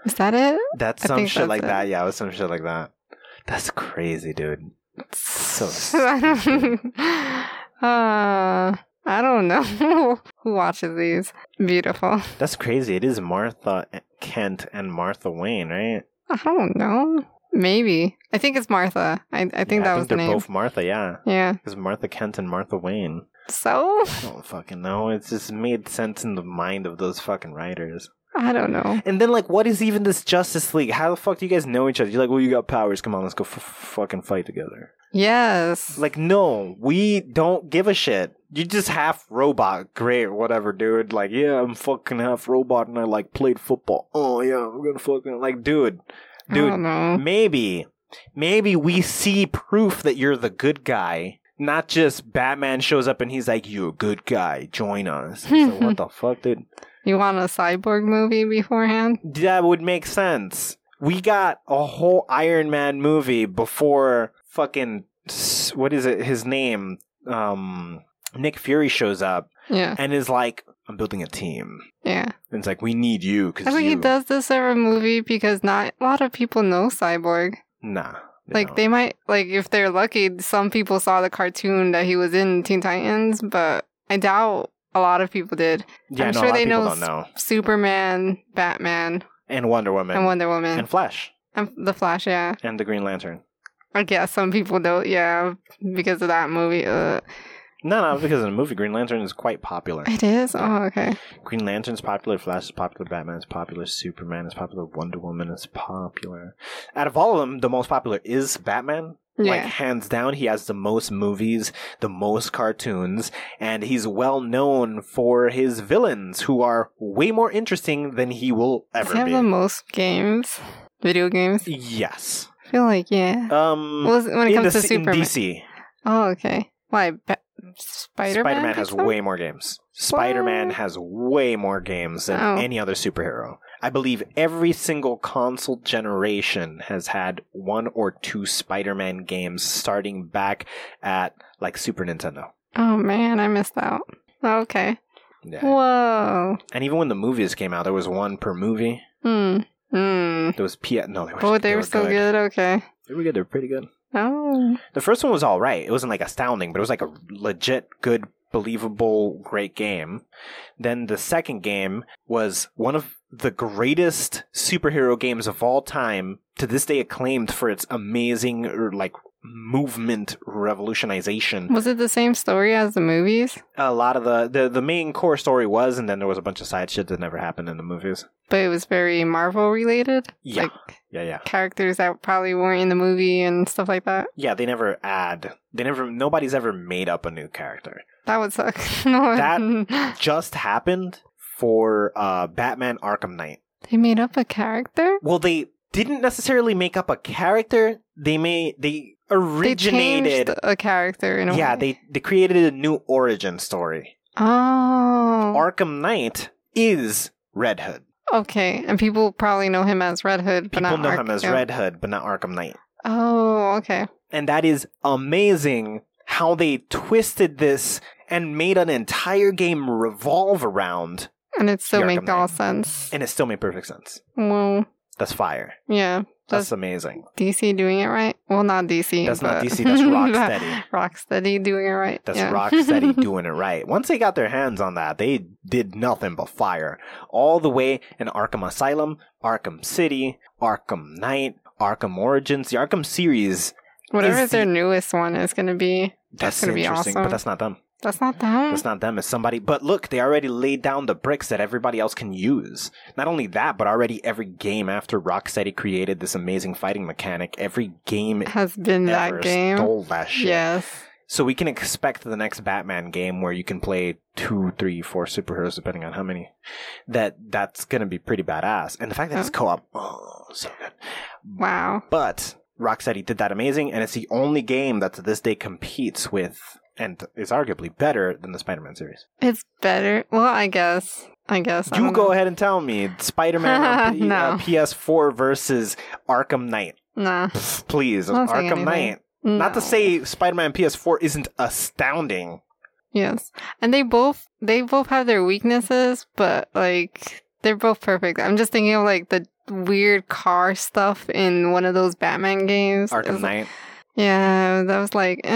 Speaker 3: Is that it?
Speaker 2: that's
Speaker 3: I
Speaker 2: some
Speaker 3: think
Speaker 2: shit
Speaker 3: that's
Speaker 2: like
Speaker 3: it.
Speaker 2: that. Yeah, it was some shit like that. That's crazy, dude. So
Speaker 3: <laughs> I don't. <laughs> Uh, I don't know <laughs> who watches these. Beautiful.
Speaker 2: That's crazy. It is Martha eh, Kent and Martha Wayne, right?
Speaker 3: I don't know. Maybe I think it's Martha. I I think
Speaker 2: Yeah, I
Speaker 3: that was
Speaker 2: think
Speaker 3: the
Speaker 2: they're
Speaker 3: name.
Speaker 2: both Martha. Yeah,
Speaker 3: Yeah.
Speaker 2: because Martha Kent and Martha Wayne.
Speaker 3: So <laughs>
Speaker 2: I don't fucking know. It's just made sense in the mind of those fucking writers.
Speaker 3: I don't know.
Speaker 2: And then, like, what is even this Justice League? How the fuck do you guys know each other? You're like, well, you got powers. Come on, let's go f- fucking fight together.
Speaker 3: Yes.
Speaker 2: Like, no, we don't give a shit. You're just half robot. Great, whatever, dude. Like, yeah, I'm fucking half robot and I, like, played football. Oh, yeah, I'm gonna fucking, like, dude.
Speaker 3: I
Speaker 2: Dude,
Speaker 3: don't know.
Speaker 2: maybe maybe we see proof that you're the good guy not just batman shows up and he's like you're a good guy join us It's like,
Speaker 3: <laughs>
Speaker 2: what the fuck dude
Speaker 3: You want a cyborg movie beforehand?
Speaker 2: that would make sense we got a whole iron man movie before fucking s- what is it his name um nick fury shows up
Speaker 3: Yeah.
Speaker 2: and is like i'm building a team
Speaker 3: Yeah.
Speaker 2: and it's like we need you because
Speaker 3: I think
Speaker 2: you
Speaker 3: he does this every movie because not a lot of people know cyborg.
Speaker 2: nah
Speaker 3: Like
Speaker 2: don't.
Speaker 3: they might like if they're lucky, some people saw the cartoon that he was in Teen Titans, but I doubt a lot of people did.
Speaker 2: yeah
Speaker 3: I'm
Speaker 2: no,
Speaker 3: sure
Speaker 2: a lot
Speaker 3: they
Speaker 2: of people
Speaker 3: know
Speaker 2: don't know
Speaker 3: Superman, Batman,
Speaker 2: and wonder woman
Speaker 3: and Wonder Woman,
Speaker 2: and flash
Speaker 3: and the Flash. Yeah,
Speaker 2: and the Green Lantern.
Speaker 3: I guess some people don't. Yeah, because of that movie. Uh,
Speaker 2: No, no, because in the movie, Green Lantern is quite popular.
Speaker 3: it is. Oh, okay.
Speaker 2: Green Lantern's popular, Flash is popular, Batman is popular, Superman is popular, Wonder Woman is popular. Out of all of them, the most popular is Batman. Like,
Speaker 3: Yeah.
Speaker 2: hands down, he has the most movies, the most cartoons, and he's well known for his villains, who are way more interesting than he will
Speaker 3: Does
Speaker 2: ever
Speaker 3: he have the
Speaker 2: be.
Speaker 3: most games, video games?
Speaker 2: Yes.
Speaker 3: I feel like yeah.
Speaker 2: Um,
Speaker 3: Well, when it
Speaker 2: in, the,
Speaker 3: comes to
Speaker 2: C- in
Speaker 3: Superman.
Speaker 2: DC,
Speaker 3: Oh, okay. Why? Ba- Spider Man.
Speaker 2: Spider-Man has way more games. Spider-Man
Speaker 3: What?
Speaker 2: has way more games than
Speaker 3: Oh.
Speaker 2: any other superhero. I believe every single console generation has had one or two Spider-Man games starting back at like Super Nintendo.
Speaker 3: Oh man, I missed out. Okay.
Speaker 2: Yeah.
Speaker 3: Whoa.
Speaker 2: And even when the movies came out, there was one per movie.
Speaker 3: Hmm. Hmm.
Speaker 2: There was P. No, they were,
Speaker 3: Oh, they were still good. Okay.
Speaker 2: They were good. They were pretty good.
Speaker 3: Oh.
Speaker 2: The first one was all right. It wasn't like astounding, but it was like a legit, good, believable, great game. Then the second game was one of the greatest superhero games of all time. To this day, acclaimed for its amazing, er, like, movement revolutionization.
Speaker 3: Was it the same story as the movies?
Speaker 2: A lot of the, the the main core story was, and then there was a bunch of side shit that never happened in the movies.
Speaker 3: But it was very Marvel related?
Speaker 2: Yeah,
Speaker 3: Like
Speaker 2: yeah, yeah,
Speaker 3: characters that probably weren't in the movie and stuff like that?
Speaker 2: yeah. They never add. They never. Nobody's ever made up a new character.
Speaker 3: That would suck. <laughs> no.
Speaker 2: That- Just happened for uh, Batman Arkham Knight.
Speaker 3: <laughs> they made up a character?
Speaker 2: well they didn't necessarily make up a character they may they
Speaker 3: They
Speaker 2: originated
Speaker 3: changed a character in a
Speaker 2: yeah
Speaker 3: way.
Speaker 2: they they created a new origin story
Speaker 3: Oh.
Speaker 2: arkham knight is red hood
Speaker 3: okay. And people probably know him as Red Hood, but
Speaker 2: people
Speaker 3: not
Speaker 2: know
Speaker 3: Ark-
Speaker 2: him as
Speaker 3: yeah.
Speaker 2: red hood but not arkham knight
Speaker 3: Oh, okay.
Speaker 2: and that is amazing how they twisted this and made an entire game revolve around
Speaker 3: And it still
Speaker 2: The Arkham
Speaker 3: makes all
Speaker 2: Knight.
Speaker 3: sense.
Speaker 2: and it still made perfect sense
Speaker 3: Well,
Speaker 2: that's fire
Speaker 3: yeah.
Speaker 2: That's amazing.
Speaker 3: DC doing it right? Well, not DC.
Speaker 2: That's not
Speaker 3: but-
Speaker 2: DC,
Speaker 3: <laughs>
Speaker 2: that's Rocksteady.
Speaker 3: Rocksteady doing it right.
Speaker 2: That's
Speaker 3: yeah. <laughs>
Speaker 2: Rocksteady doing it right. Once they got their hands on that, they did nothing but fire. All the way in Arkham Asylum, Arkham City, Arkham Knight, Arkham Origins, the Arkham series.
Speaker 3: Whatever
Speaker 2: is the-
Speaker 3: their newest one is going to be.
Speaker 2: That's,
Speaker 3: gonna be
Speaker 2: interesting, but
Speaker 3: awesome.
Speaker 2: that's not
Speaker 3: <laughs>
Speaker 2: them.
Speaker 3: That's not them.
Speaker 2: That's not them. It's somebody. But look, they already laid down the bricks that everybody else can use. Not only that, but already every game after Rocksteady created this amazing fighting mechanic, every game
Speaker 3: Has been
Speaker 2: ever
Speaker 3: that game.
Speaker 2: stole that shit.
Speaker 3: Yes.
Speaker 2: So we can expect the next Batman game where you can play two, three, four superheroes, depending on how many. That that's gonna be pretty badass. And the fact that it's co-op, oh, so good.
Speaker 3: Wow.
Speaker 2: But Rocksteady did that amazing, and it's the only game that to this day competes with and is arguably better than the Spider-Man series.
Speaker 3: It's better. Well, I guess. I guess. I
Speaker 2: You
Speaker 3: don't
Speaker 2: go
Speaker 3: know.
Speaker 2: ahead and tell me Spider-Man
Speaker 3: <laughs>
Speaker 2: on P-
Speaker 3: No.
Speaker 2: uh, PS4 versus Arkham Knight,
Speaker 3: Nah.
Speaker 2: Pff, please.
Speaker 3: I don't think
Speaker 2: Arkham
Speaker 3: anything.
Speaker 2: Knight. Not to
Speaker 3: No.
Speaker 2: say Spider-Man PS4 isn't astounding.
Speaker 3: Yes. And they both they both have their weaknesses, but like they're both perfect. I'm just thinking of like the weird car stuff in one of those Batman games. It
Speaker 2: Arkham
Speaker 3: was- <laughs>
Speaker 2: Knight.
Speaker 3: Yeah, that was like eh,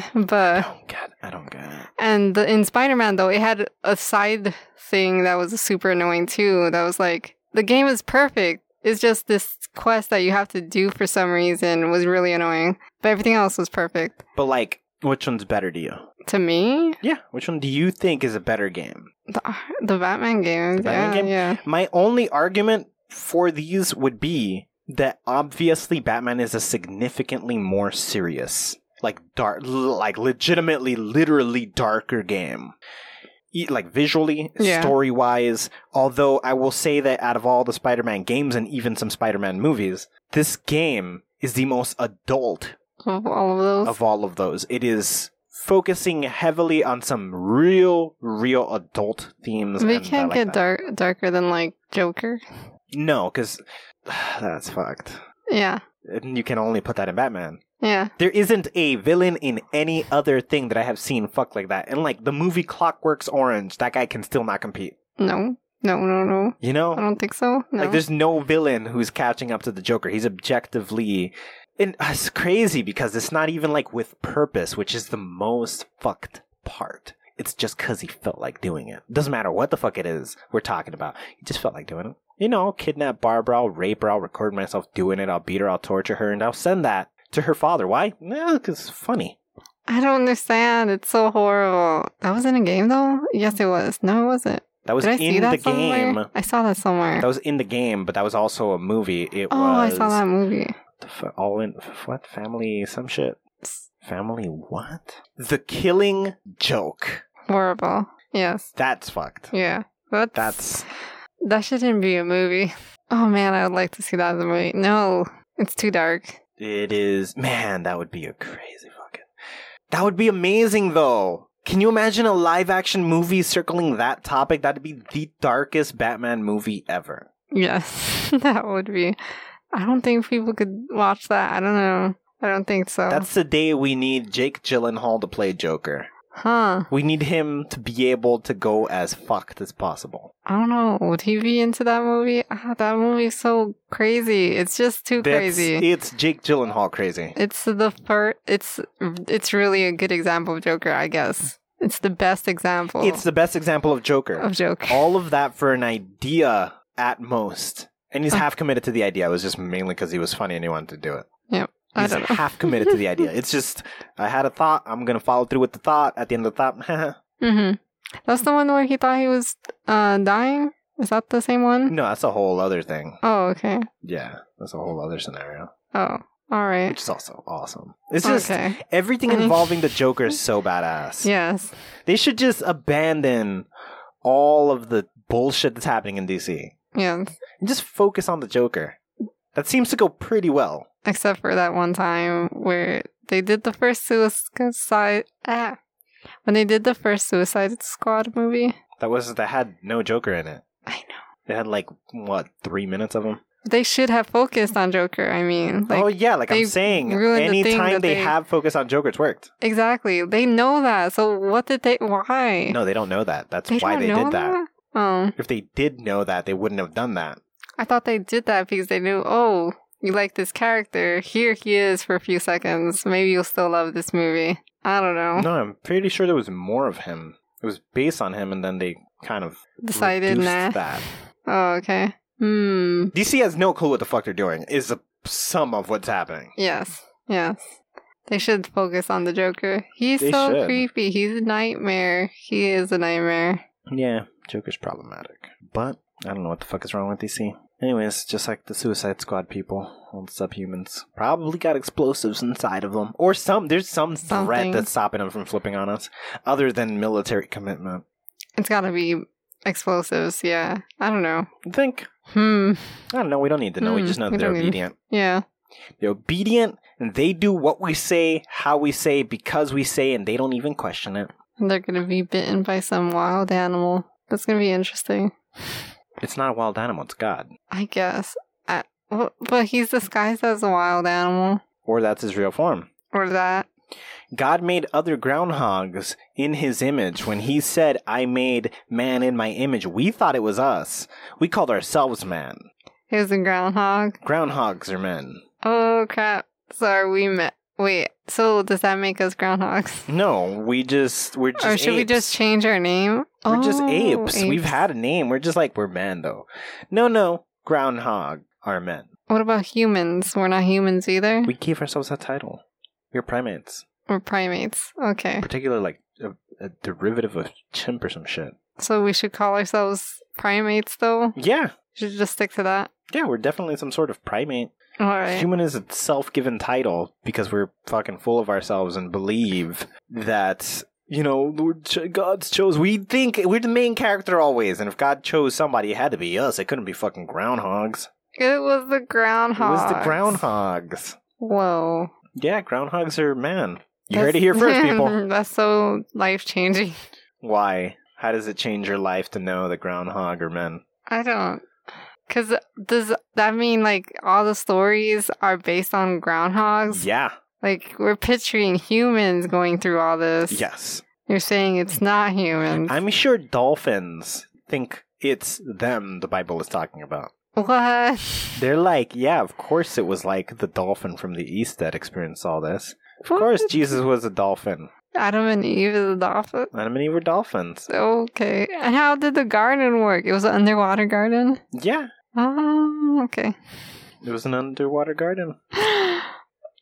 Speaker 2: I
Speaker 3: but
Speaker 2: don't get. Oh, I don't get. it.
Speaker 3: and the, in Spider-Man though, it had a side thing that was super annoying too. That was like the game is perfect. It's just this quest that you have to do for some reason was really annoying. But everything else was perfect.
Speaker 2: But like, which one's better to you?
Speaker 3: To me,
Speaker 2: Yeah. Which one do you think is a better game?
Speaker 3: the, the Batman game.
Speaker 2: The Batman
Speaker 3: yeah,
Speaker 2: game?
Speaker 3: yeah.
Speaker 2: My only argument for these would be that obviously Batman is a significantly more serious, like dark, like legitimately, literally darker game. E- Like visually,
Speaker 3: Yeah.
Speaker 2: story wise, although I will say that out of all the Spider Man games and even some Spider Man movies, this game is the most adult
Speaker 3: of all of those.
Speaker 2: of all of those. It is focusing heavily on some real, real adult themes.
Speaker 3: we
Speaker 2: and I
Speaker 3: can't
Speaker 2: like
Speaker 3: get
Speaker 2: that.
Speaker 3: dark darker than like Joker.
Speaker 2: No, because <sighs> that's fucked.
Speaker 3: Yeah,
Speaker 2: And You can only put that in Batman.
Speaker 3: yeah,
Speaker 2: There isn't a villain in any other thing that I have seen fucked like that. And like the movie Clockwork's Orange, that guy can still not compete.
Speaker 3: no, no, no, no.
Speaker 2: You
Speaker 3: I
Speaker 2: know?
Speaker 3: don't think so. No.
Speaker 2: Like there's no villain who's catching up to the Joker. He's objectively. And it's crazy because it's not even like with purpose, which is the most fucked part. It's just because he felt like doing it. Doesn't matter what the fuck it is we're talking about. He just felt like doing it. You know, I'll kidnap Barbara, I'll rape her, I'll record myself doing it, I'll beat her, I'll torture her, and I'll send that to her father. Why? No, because it's funny.
Speaker 3: I don't understand. It's so horrible. That was in a game though. Yes, it was. No, it wasn't.
Speaker 2: That was
Speaker 3: Did I see
Speaker 2: in
Speaker 3: that
Speaker 2: the
Speaker 3: somewhere?
Speaker 2: game.
Speaker 3: I saw that somewhere.
Speaker 2: That was in the game, but that was also a movie. It
Speaker 3: oh,
Speaker 2: was
Speaker 3: I saw that movie.
Speaker 2: F- all in f- what family some shit family what the killing joke
Speaker 3: Horrible. Yes.
Speaker 2: that's fucked
Speaker 3: Yeah. That's,
Speaker 2: that's
Speaker 3: that shouldn't be a movie. Oh man, I would like to see that as a movie. No, it's too dark.
Speaker 2: it is man that would be a crazy fucking that would be amazing though can you imagine a live action movie circling that topic that'd be the darkest batman movie ever
Speaker 3: Yes, <laughs> that would be. I don't think people could watch that. I don't know. I don't think so.
Speaker 2: that's the day we need jake gyllenhaal to play joker
Speaker 3: Huh.
Speaker 2: we need him to be able to go as fucked as possible
Speaker 3: I don't know. Would he be into that movie? Ah, that movie's so crazy. It's just too
Speaker 2: That's-
Speaker 3: crazy.
Speaker 2: it's jake gyllenhaal crazy
Speaker 3: It's the first. It's it's really a good example of Joker, I guess. It's the best example
Speaker 2: It's the best example of Joker.
Speaker 3: of Joker.
Speaker 2: All of that for an idea at most. And he's
Speaker 3: Uh.
Speaker 2: half committed to the idea. It was just mainly because he was funny and he wanted to do it.
Speaker 3: I
Speaker 2: He's
Speaker 3: don't know.
Speaker 2: half committed to the
Speaker 3: <laughs>
Speaker 2: idea. It's just, I had a thought. I'm going to follow through with the thought. At the end of the thought, <laughs>
Speaker 3: Mm-hmm. That's the one where he thought he was uh, dying. Is that the same one?
Speaker 2: no, that's a whole other thing.
Speaker 3: Oh, okay.
Speaker 2: Yeah, that's a whole other scenario,
Speaker 3: Oh, all right.
Speaker 2: which is also awesome. It's just
Speaker 3: okay.
Speaker 2: everything
Speaker 3: Mhm.
Speaker 2: involving the Joker
Speaker 3: <laughs>
Speaker 2: is so badass.
Speaker 3: Yes.
Speaker 2: They should just abandon all of the bullshit that's happening in DC
Speaker 3: Yes.
Speaker 2: and just focus on the Joker. That seems to go pretty well.
Speaker 3: except for that one time where they did the first suicide ah, when they did the first suicide squad movie
Speaker 2: That was that had no Joker in it.
Speaker 3: i know
Speaker 2: It had like what three minutes of him.
Speaker 3: they should have focused on joker i mean like
Speaker 2: oh yeah, like I'm
Speaker 3: they
Speaker 2: saying,
Speaker 3: ruined the thing
Speaker 2: anytime
Speaker 3: that
Speaker 2: they,
Speaker 3: they-
Speaker 2: have focus on Joker, it's worked.
Speaker 3: exactly they know that so what did they why
Speaker 2: No, they don't know that. That's why
Speaker 3: don't
Speaker 2: they
Speaker 3: know
Speaker 2: did that.
Speaker 3: that? oh
Speaker 2: If they did know that, they wouldn't have done that.
Speaker 3: i thought they did that because they knew oh you like this character, here he is for a few seconds. Maybe you'll still love this movie. I don't know.
Speaker 2: No, I'm pretty sure there was more of him. It was based on him, and then they kind of
Speaker 3: Decided
Speaker 2: reduced
Speaker 3: nah.
Speaker 2: that.
Speaker 3: Oh, okay. Hmm.
Speaker 2: DC has no clue what the fuck they're doing. Is the sum of what's happening.
Speaker 3: Yes. Yes. They should focus on the Joker. He's
Speaker 2: They
Speaker 3: so
Speaker 2: should.
Speaker 3: creepy. He's a nightmare. He is a nightmare.
Speaker 2: Yeah, Joker's problematic, but I don't know what the fuck is wrong with DC. Anyways, just like the Suicide Squad people, old subhumans, probably got explosives inside of them, or some. There's some
Speaker 3: Something.
Speaker 2: threat that's stopping them from flipping on us, other than military commitment.
Speaker 3: It's gotta be explosives. Yeah. I don't know.
Speaker 2: I think
Speaker 3: Hmm.
Speaker 2: I don't know. We don't need to know. we
Speaker 3: Hmm,
Speaker 2: just know
Speaker 3: we
Speaker 2: that they're
Speaker 3: don't need-
Speaker 2: obedient.
Speaker 3: Yeah.
Speaker 2: They're obedient, and they do what we say, how we say, because we say, and they don't even question it.
Speaker 3: And they're gonna be bitten by some wild animal. That's gonna be interesting.
Speaker 2: It's not a wild animal. It's God,
Speaker 3: I guess. I, well, but he's disguised as a wild animal.
Speaker 2: or that's his real form.
Speaker 3: Or that.
Speaker 2: God made other groundhogs in his image. When he said, I made man in my image, we thought it was us. We called ourselves man.
Speaker 3: He was a groundhog.
Speaker 2: Groundhogs are men.
Speaker 3: Oh crap. Sorry, we met. Wait, so does that make us groundhogs?
Speaker 2: No, we just, <laughs> we're just.
Speaker 3: or should we
Speaker 2: apes.
Speaker 3: just change our name?
Speaker 2: We're just
Speaker 3: Oh,
Speaker 2: apes. We've had a name. We're just like, we're men though. No, no. Groundhog are men.
Speaker 3: What about humans? We're not humans either.
Speaker 2: We gave ourselves that title. We're primates.
Speaker 3: We're primates. Okay.
Speaker 2: Particularly like a, a derivative of chimp or some shit.
Speaker 3: So we should call ourselves primates, though?
Speaker 2: Yeah.
Speaker 3: Should just stick to that?
Speaker 2: Yeah, we're definitely some sort of primate.
Speaker 3: All right.
Speaker 2: Human is a self given title because we're fucking full of ourselves and believe that, you know, we're ch- God's chose. We think we're the main character always. And if God chose somebody, it had to be us. It couldn't be fucking groundhogs.
Speaker 3: It was the
Speaker 2: It
Speaker 3: groundhog.
Speaker 2: was the groundhogs.
Speaker 3: Whoa.
Speaker 2: Yeah, groundhogs are man. You
Speaker 3: That's-
Speaker 2: heard it here first,
Speaker 3: <laughs>
Speaker 2: people.
Speaker 3: That's so life changing.
Speaker 2: Why? How does it change your life to know that groundhog are men?
Speaker 3: I don't. Because does that mean like all the stories are based on groundhogs?
Speaker 2: Yeah.
Speaker 3: Like we're picturing humans going through all this.
Speaker 2: Yes.
Speaker 3: You're saying it's not humans.
Speaker 2: I'm sure dolphins think it's them the Bible is talking about.
Speaker 3: <laughs> What?
Speaker 2: They're like, yeah, of course it was like the dolphin from the east that experienced all this. Of course, Jesus was a dolphin.
Speaker 3: Adam and Eve is a dolphin.
Speaker 2: Adam and Eve were dolphins.
Speaker 3: Okay. And how did the garden work? It was an underwater garden?
Speaker 2: Yeah,
Speaker 3: Oh, okay. <gasps>
Speaker 2: it was an underwater garden.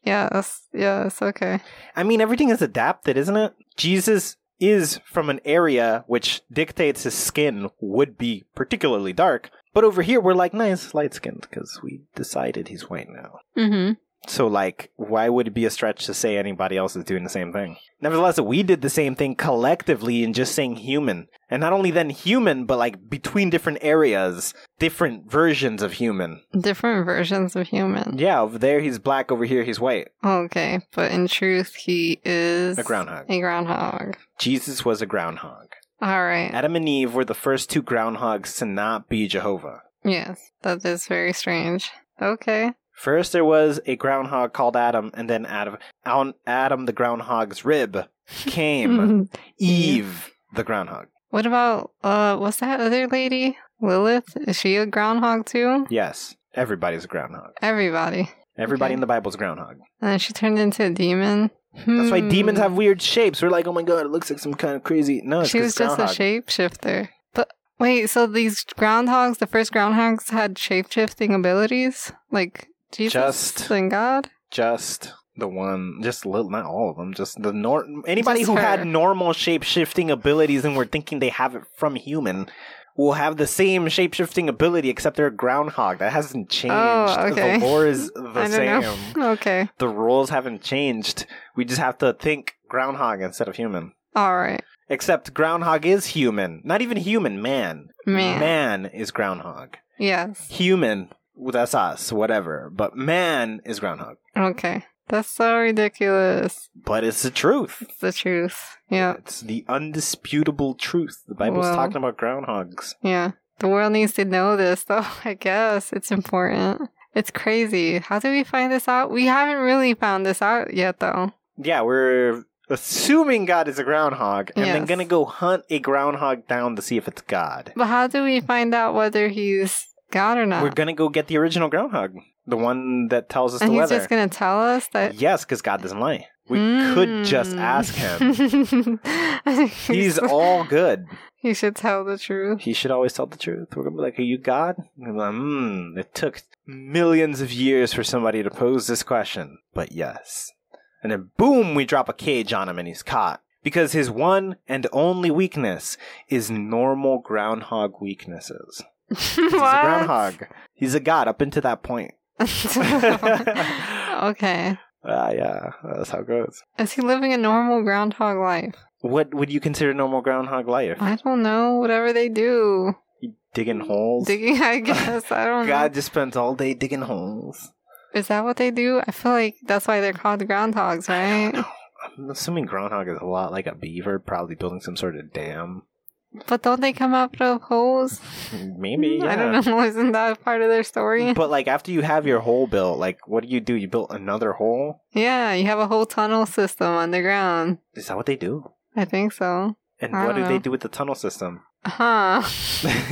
Speaker 3: yes, yes, okay.
Speaker 2: I mean, everything is adapted, isn't it? Jesus is from an area which dictates his skin would be particularly dark. But over here, we're like, nice, light skinned, because we decided he's white now.
Speaker 3: Mm
Speaker 2: So, like, why would it be a stretch to say anybody else is doing the same thing? Nevertheless, we did the same thing collectively in just saying human. And not only then human, but like between different areas, different versions of human.
Speaker 3: hmm. Different versions of human.
Speaker 2: Yeah, over there he's black, over here he's white.
Speaker 3: Okay, but in truth, he is
Speaker 2: A groundhog.
Speaker 3: A groundhog.
Speaker 2: Jesus was a groundhog.
Speaker 3: All right.
Speaker 2: Adam and Eve were the first two groundhogs to not be Jehovah.
Speaker 3: Yes, that is very strange. Okay.
Speaker 2: First, there was a groundhog called Adam, and then Adam, Adam- Adam the groundhog's rib came Eve the groundhog.
Speaker 3: <laughs> what about uh what's that other lady? Lilith? Is she a groundhog too?
Speaker 2: Yes, everybody's a groundhog.
Speaker 3: Everybody.
Speaker 2: Everybody
Speaker 3: Okay.
Speaker 2: in the Bible's groundhog.
Speaker 3: And then she turned into a demon.
Speaker 2: That's why
Speaker 3: Hmm.
Speaker 2: demons have weird shapes. We're like, oh my god, it looks like some kind of crazy. No, it's
Speaker 3: she was just a
Speaker 2: groundhog.
Speaker 3: shapeshifter. But wait, so these groundhogs, the first groundhogs had shapeshifting abilities? Like Jesus
Speaker 2: Just-
Speaker 3: and God?
Speaker 2: Just the one, just little, not all of them. Just the nor anybody
Speaker 3: Just
Speaker 2: who
Speaker 3: her.
Speaker 2: had normal shape shifting abilities and were thinking they have it from human will have the same shape shifting ability, except they're a groundhog. That hasn't changed.
Speaker 3: Oh, okay.
Speaker 2: The lore
Speaker 3: <laughs>
Speaker 2: is
Speaker 3: I
Speaker 2: the
Speaker 3: don't
Speaker 2: same.
Speaker 3: know. Okay.
Speaker 2: The rules haven't changed. We just have to think groundhog instead of human.
Speaker 3: All right.
Speaker 2: Except groundhog is human. Not even human, man.
Speaker 3: Man.
Speaker 2: Man is groundhog.
Speaker 3: Yes.
Speaker 2: Human, well, that's us, whatever. But man is groundhog.
Speaker 3: Okay. That's so ridiculous.
Speaker 2: But it's the truth.
Speaker 3: It's the truth. Yeah.
Speaker 2: It's the undisputable truth. The Bible's
Speaker 3: Wow.
Speaker 2: talking about groundhogs.
Speaker 3: Yeah. The world needs to know this, <laughs> though, I guess. It's important. It's crazy. How do we find this out? We haven't really found this out yet, though.
Speaker 2: Yeah, we're assuming God is a groundhog and then
Speaker 3: Yes.
Speaker 2: gonna go hunt a groundhog down to see if it's God.
Speaker 3: But how do we find out whether he's God or not?
Speaker 2: We're gonna go get the original groundhog, the one that tells us
Speaker 3: and
Speaker 2: the
Speaker 3: he's
Speaker 2: weather.
Speaker 3: just gonna tell us that. Hmm.
Speaker 2: Yes, because God doesn't lie. We could just ask
Speaker 3: <laughs>
Speaker 2: him.
Speaker 3: him. <laughs>
Speaker 2: He's all good.
Speaker 3: He should tell the truth. <laughs>
Speaker 2: He should always tell the truth. We're gonna be like, "Are you God?" And I'm like, mm, it took millions of years for somebody to pose this question, but yes. And then boom, we drop a cage on him, and he's caught because his one and only weakness is normal groundhog weaknesses.
Speaker 3: what?
Speaker 2: He's a groundhog. <laughs> He's a god up until that point. ah,
Speaker 3: <laughs> okay.
Speaker 2: yeah, that's how it goes.
Speaker 3: Is he living a normal groundhog life?
Speaker 2: What would you consider normal groundhog life?
Speaker 3: I don't know. Whatever they do,
Speaker 2: You digging holes.
Speaker 3: digging. I <laughs> guess I don't
Speaker 2: God
Speaker 3: know.
Speaker 2: just spends all day digging holes.
Speaker 3: Is that what they do? I feel like that's why they're called groundhogs, right?
Speaker 2: I'm assuming groundhog is a lot like a beaver, probably building some sort of dam.
Speaker 3: But don't they come out of holes?
Speaker 2: Maybe. Yeah.
Speaker 3: Mm, I don't know. <laughs> Isn't that part of their story?
Speaker 2: But like after you have your hole built, like what do you do? You built another hole?
Speaker 3: yeah, you have a whole tunnel system underground.
Speaker 2: Is that what they do?
Speaker 3: I think so.
Speaker 2: And
Speaker 3: I
Speaker 2: what do
Speaker 3: don't
Speaker 2: they
Speaker 3: know.
Speaker 2: do with the tunnel system?
Speaker 3: Huh.
Speaker 2: <laughs>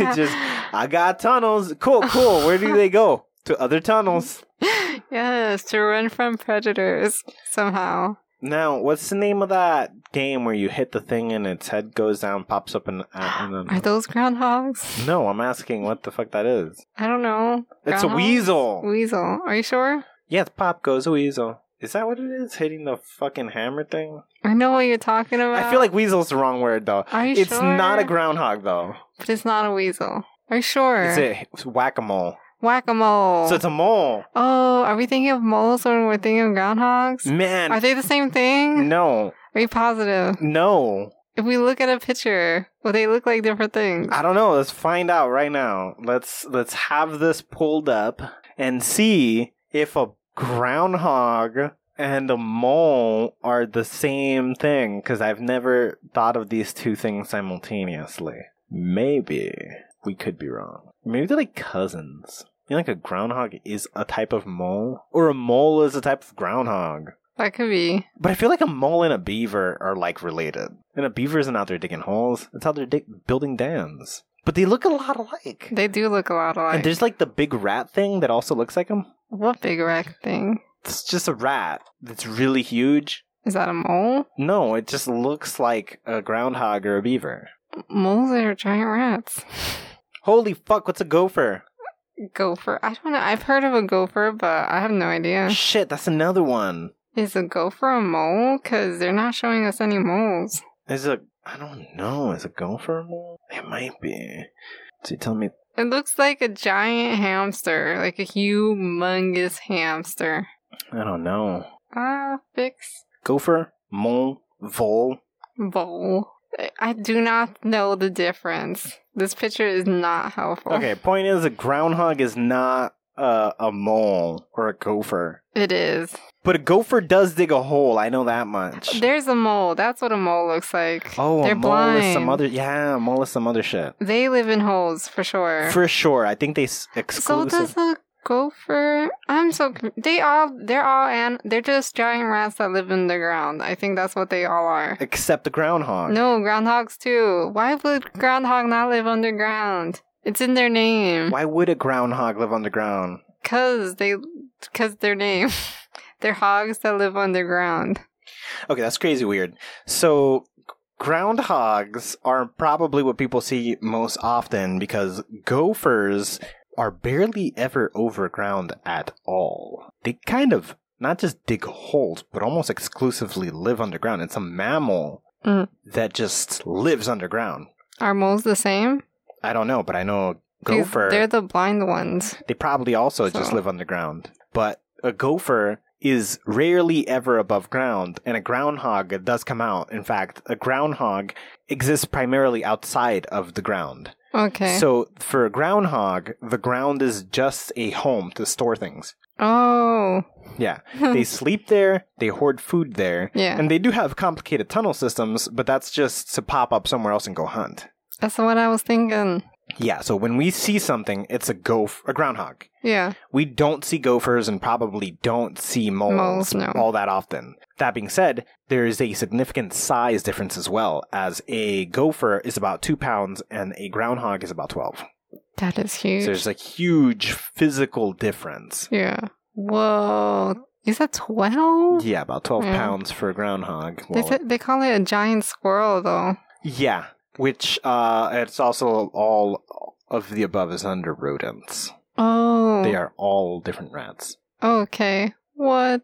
Speaker 2: It just I got tunnels. Cool, cool. Where do they go? <laughs> To other tunnels.
Speaker 3: <laughs> yes, to run from predators somehow.
Speaker 2: Now, what's the name of that game where you hit the thing and its head goes down, pops up,
Speaker 3: <gasps>
Speaker 2: and, uh, and then...
Speaker 3: Are those groundhogs?
Speaker 2: <laughs> No, I'm asking what the fuck that is.
Speaker 3: I don't know.
Speaker 2: It's a
Speaker 3: Groundhogs?
Speaker 2: weasel.
Speaker 3: Weasel. Are you sure?
Speaker 2: yes, pop goes a weasel. Is that what it is? Hitting the fucking hammer thing?
Speaker 3: I know what you're talking about.
Speaker 2: I feel like weasel's the wrong word though.
Speaker 3: Are you
Speaker 2: It's
Speaker 3: sure?
Speaker 2: not a groundhog though.
Speaker 3: But it's not a weasel. Are you sure?
Speaker 2: It's a it's whack-a-mole.
Speaker 3: Whack a mole.
Speaker 2: So it's a mole.
Speaker 3: oh, are we thinking of moles when we're thinking of groundhogs?
Speaker 2: Man.
Speaker 3: Are they the same thing?
Speaker 2: no.
Speaker 3: Are you positive?
Speaker 2: No.
Speaker 3: If we look at a picture, will they look like different things?
Speaker 2: Um, I don't know. Let's find out right now. Let's let's have this pulled up and see if a groundhog and a mole are the same thing cuz I've never thought of these two things simultaneously. Maybe we could be wrong. Maybe they're like cousins. You know, like a groundhog is a type of mole or a mole is a type of groundhog.
Speaker 3: That could be.
Speaker 2: But I feel like a mole and a beaver are like related. And a beaver isn't out there digging holes; it's out there dig- building dams. But they look a lot alike.
Speaker 3: They do look a lot
Speaker 2: And
Speaker 3: alike.
Speaker 2: there's like the big rat thing that also looks like him.
Speaker 3: What big wreck thing?
Speaker 2: It's just a rat that's really huge.
Speaker 3: Is that a mole?
Speaker 2: No, it just looks like a groundhog or a beaver.
Speaker 3: Moles are giant
Speaker 2: <sighs>
Speaker 3: rats.
Speaker 2: Holy fuck! What's a gopher?
Speaker 3: Gopher. I don't know. I've heard of a gopher, but I have no idea.
Speaker 2: Shit, that's another one.
Speaker 3: Is a gopher a mole? Because they're not showing us any moles.
Speaker 2: Is a I don't know. Is a gopher a mole? It might be. So you tell me
Speaker 3: It looks like a giant hamster, like a humongous hamster.
Speaker 2: I don't know.
Speaker 3: Ah, fix
Speaker 2: Gopher, mole, vole.
Speaker 3: bowl. I do not know the difference. This picture is not helpful.
Speaker 2: Okay, point is a groundhog is not uh, a mole or a gopher.
Speaker 3: It is.
Speaker 2: But a gopher does dig a hole, I know that much.
Speaker 3: There's a mole. That's what a mole looks like.
Speaker 2: oh,
Speaker 3: They're
Speaker 2: a mole is some other yeah, a mole is some other shit.
Speaker 3: They live in holes for sure.
Speaker 2: For sure. I think they s-
Speaker 3: so
Speaker 2: exclusive.
Speaker 3: does the gopher. I'm so con- they all they're all and they're just giant rats that live in the ground. I think that's what they all are.
Speaker 2: except the groundhog.
Speaker 3: No, groundhogs too. Why would groundhog not live underground? It's in their name.
Speaker 2: Why would a groundhog live underground?
Speaker 3: Cause they, cause their name. <laughs> They're hogs that live underground.
Speaker 2: Okay, that's crazy weird. So groundhogs are probably what people see most often because gophers are barely ever over ground at all. They kind of not just dig holes, but almost exclusively live underground. It's a mammal
Speaker 3: Mm.
Speaker 2: that just lives underground.
Speaker 3: Are moles the same?
Speaker 2: I don't know, but I know a
Speaker 3: Because
Speaker 2: gopher
Speaker 3: They're the blind ones.
Speaker 2: they probably also just
Speaker 3: So-
Speaker 2: live underground. But a gopher is rarely ever above ground, and a groundhog does come out. In fact, a groundhog exists primarily outside of the ground.
Speaker 3: Okay.
Speaker 2: So for a groundhog, the ground is just a home to store things.
Speaker 3: oh. <laughs>
Speaker 2: Yeah. they sleep there, they hoard food there.
Speaker 3: yeah.
Speaker 2: And they do have complicated tunnel systems, but that's just to pop up somewhere else and go hunt.
Speaker 3: That's what I was thinking.
Speaker 2: Yeah, so when we see something, it's a goph a groundhog.
Speaker 3: Yeah.
Speaker 2: We don't see gophers and probably don't see moles,
Speaker 3: Moles, no.
Speaker 2: all that often. That being said, there is a significant size difference as well, as a gopher is about two pounds and a groundhog is about 12.
Speaker 3: That is huge.
Speaker 2: So there's a huge physical difference.
Speaker 3: yeah. Whoa. Is that 12?
Speaker 2: Yeah, about 12
Speaker 3: Yeah.
Speaker 2: pounds for a groundhog.
Speaker 3: They,
Speaker 2: Well,
Speaker 3: said- they call it a giant squirrel, though.
Speaker 2: yeah, which uh, it's also all of the above is under rodents.
Speaker 3: Oh.
Speaker 2: They are all different rats.
Speaker 3: Okay. What?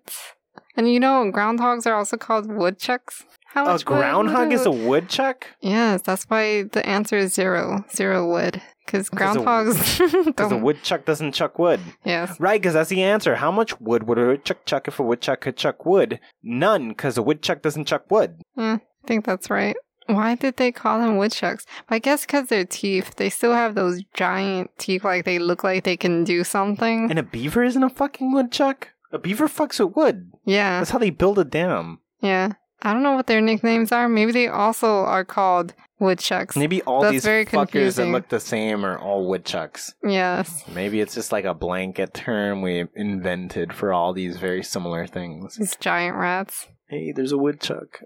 Speaker 3: And you know, groundhogs are also called woodchucks. How
Speaker 2: A
Speaker 3: much wood
Speaker 2: groundhog
Speaker 3: would
Speaker 2: is a woodchuck?
Speaker 3: Yes, that's why the answer is zero, zero wood. Because
Speaker 2: 'Cause a-
Speaker 3: <laughs> groundhogs
Speaker 2: Because a
Speaker 3: don't.
Speaker 2: woodchuck doesn't chuck wood.
Speaker 3: Yes.
Speaker 2: Right, because that's the answer. How much wood would a woodchuck chuck if a woodchuck could chuck wood? None, because a woodchuck doesn't chuck wood.
Speaker 3: I think that's right. Why did they call them woodchucks? I guess because their teeth, they still have those giant teeth, like they look like they can do something.
Speaker 2: And a beaver isn't a fucking woodchuck. A beaver fucks with wood.
Speaker 3: yeah,
Speaker 2: That's how they build a dam.
Speaker 3: yeah. I don't know what their nicknames are. Maybe they also are called woodchucks.
Speaker 2: Maybe all
Speaker 3: That's
Speaker 2: these
Speaker 3: very
Speaker 2: fuckers
Speaker 3: confusing.
Speaker 2: that look the same are all woodchucks.
Speaker 3: Yes.
Speaker 2: Maybe it's just like a blanket term we invented for all these very similar things.
Speaker 3: These giant rats.
Speaker 2: Hey, there's a woodchuck.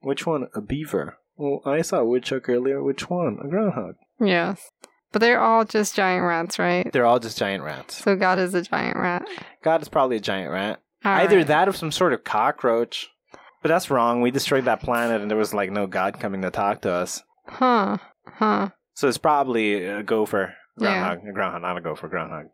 Speaker 2: Which one? A beaver. Well, I saw a woodchuck earlier. Which one? A groundhog.
Speaker 3: Yes. But they're all just giant rats, right?
Speaker 2: They're all just giant rats.
Speaker 3: So God is a giant rat.
Speaker 2: God is probably a giant rat.
Speaker 3: All
Speaker 2: Either
Speaker 3: right.
Speaker 2: that or some sort of cockroach. But that's wrong. We destroyed that planet and there was like no god coming to talk to us.
Speaker 3: Huh. Huh.
Speaker 2: So it's probably a gopher. Groundhog. A groundhog, not a gopher, groundhog.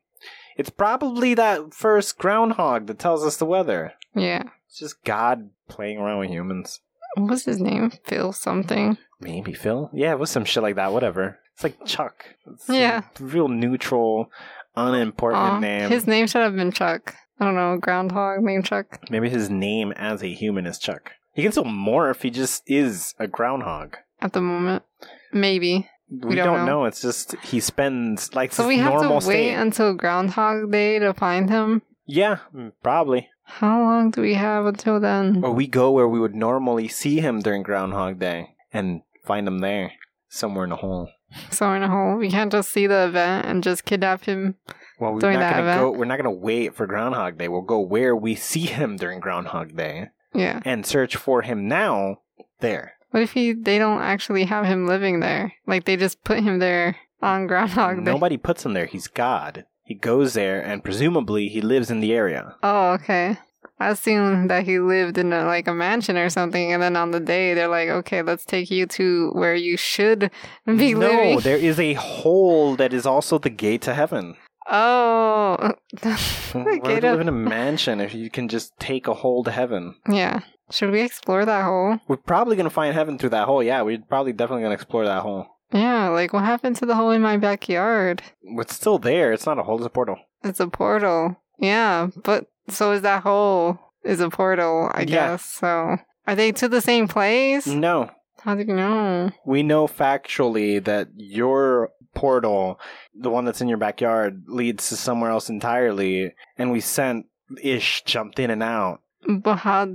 Speaker 2: It's probably that first groundhog that tells us the weather.
Speaker 3: Yeah.
Speaker 2: It's just God playing around with humans.
Speaker 3: What was his name? Phil something.
Speaker 2: Maybe Phil? Yeah, it was some shit like that, whatever. It's like Chuck. It's a
Speaker 3: Yeah.
Speaker 2: Real neutral, unimportant
Speaker 3: Aw,
Speaker 2: name.
Speaker 3: His name should have been Chuck. I don't know, groundhog named Chuck.
Speaker 2: Maybe his name as a human is Chuck. He can still morph, he just is a groundhog.
Speaker 3: At the moment, maybe.
Speaker 2: We,
Speaker 3: don't
Speaker 2: don't,
Speaker 3: know.
Speaker 2: know. It's just he spends like
Speaker 3: So
Speaker 2: his
Speaker 3: we have to
Speaker 2: normal
Speaker 3: wait
Speaker 2: state.
Speaker 3: until Groundhog Day to find him.
Speaker 2: yeah, mm, probably.
Speaker 3: How long do we have until then?
Speaker 2: Or we go where we would normally see him during Groundhog Day and find him there, somewhere in a hole.
Speaker 3: So in a hole, we can't just see the event and just kidnap him.
Speaker 2: Well, we're
Speaker 3: During
Speaker 2: not
Speaker 3: that
Speaker 2: gonna
Speaker 3: event?
Speaker 2: go. We're not gonna wait for Groundhog Day. We'll go where we see him during Groundhog Day
Speaker 3: Yeah.
Speaker 2: and search for him now there.
Speaker 3: What if he? They don't actually have him living there. Like they just put him there on Groundhog Day.
Speaker 2: Nobody puts him there. He's God. He goes there, and presumably he lives in the area.
Speaker 3: Oh, okay. I assumed that he lived in a, like a mansion or something, and then on the day they're like, "Okay, let's take you to where you should be
Speaker 2: no,
Speaker 3: living."
Speaker 2: there is a hole that is also the gate to heaven.
Speaker 3: <laughs> Oh, <laughs>
Speaker 2: Why
Speaker 3: the
Speaker 2: would you
Speaker 3: gate
Speaker 2: live
Speaker 3: of-
Speaker 2: in a mansion if you can just take a hole to heaven?
Speaker 3: yeah. Should we explore that hole?
Speaker 2: We're probably gonna find heaven through that hole. Yeah, we're probably definitely gonna explore that hole.
Speaker 3: Yeah, like what happened to the hole in my backyard?
Speaker 2: It's still there. It's not a hole. It's a portal.
Speaker 3: It's a portal. Yeah, but so is that hole is a portal, I
Speaker 2: Yeah. Mm.
Speaker 3: guess. So are they to the same place?
Speaker 2: No,
Speaker 3: How do you know?
Speaker 2: we know factually that your portal, the one that's in your backyard, leads to somewhere else entirely. And we sent Ish jumped in and out
Speaker 3: But how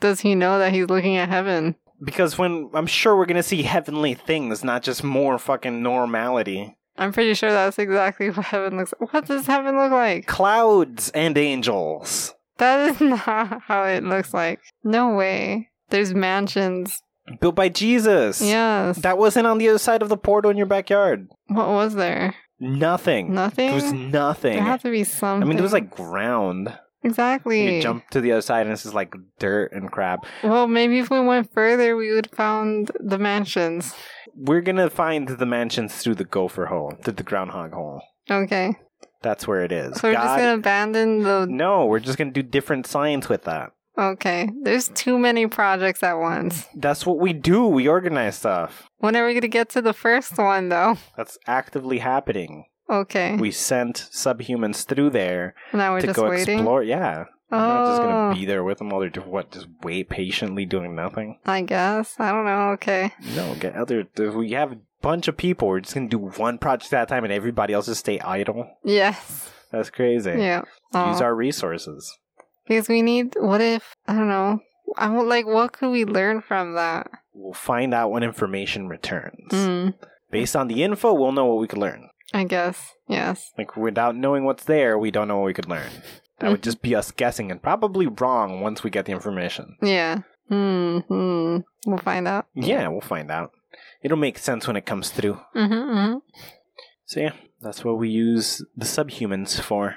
Speaker 3: does he know that he's looking at heaven?
Speaker 2: because when I'm sure we're gonna see heavenly things, not just more fucking normality.
Speaker 3: I'm pretty sure that's exactly <laughs> what heaven looks like. What does heaven look like?
Speaker 2: Clouds and angels.
Speaker 3: That is <laughs> not how it looks like. No way. There's mansions.
Speaker 2: built by Jesus.
Speaker 3: Yes.
Speaker 2: That wasn't on the other side of the portal in your backyard.
Speaker 3: what was there?
Speaker 2: Nothing.
Speaker 3: Nothing?
Speaker 2: There was nothing.
Speaker 3: There had to be something.
Speaker 2: I mean, there was like ground.
Speaker 3: Exactly.
Speaker 2: You jump to the other side and it's just like dirt and crap.
Speaker 3: Well, maybe if we went further, we would found the mansions.
Speaker 2: We're gonna find the mansions through the gopher hole, through the groundhog hole.
Speaker 3: Okay.
Speaker 2: That's where it is.
Speaker 3: So we're just
Speaker 2: God-
Speaker 3: going to abandon the.
Speaker 2: No, we're just gonna do different science with that.
Speaker 3: Okay. There's too many projects at once.
Speaker 2: That's what we do. We organize stuff.
Speaker 3: When are we going to get to the first one, though? <laughs>
Speaker 2: That's actively happening.
Speaker 3: Okay.
Speaker 2: We sent subhumans through there
Speaker 3: now Mm. we're
Speaker 2: to
Speaker 3: just
Speaker 2: go
Speaker 3: waiting.
Speaker 2: explore. Yeah. We're
Speaker 3: oh,
Speaker 2: not just gonna be there with them while they're do- what? Just wait patiently doing nothing?
Speaker 3: I guess. I don't know. Okay.
Speaker 2: No, get other. We have a bunch of people. We're just gonna do one project at a time, and everybody else just stay idle.
Speaker 3: Yes.
Speaker 2: That's crazy.
Speaker 3: Yeah.
Speaker 2: Use
Speaker 3: Aw.
Speaker 2: our resources.
Speaker 3: because we need. What if? I don't know. I want like. What could we learn from that?
Speaker 2: We'll find out when information returns.
Speaker 3: Mm,
Speaker 2: Based on the info, we'll know what we could learn.
Speaker 3: I guess. Yes.
Speaker 2: Like without knowing what's there, we don't know what we could learn. That
Speaker 3: Mm-hmm.
Speaker 2: would just be us guessing and probably wrong once we get the information.
Speaker 3: Yeah. Hmm. Hmm. We'll find out.
Speaker 2: Yeah, we'll find out. It'll make sense when it comes through.
Speaker 3: Mm-hmm, mm-hmm.
Speaker 2: So yeah, that's what we use the subhumans for.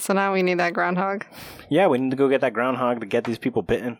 Speaker 3: So now we need that groundhog.
Speaker 2: Yeah, we need to go get that groundhog to get these people bitten.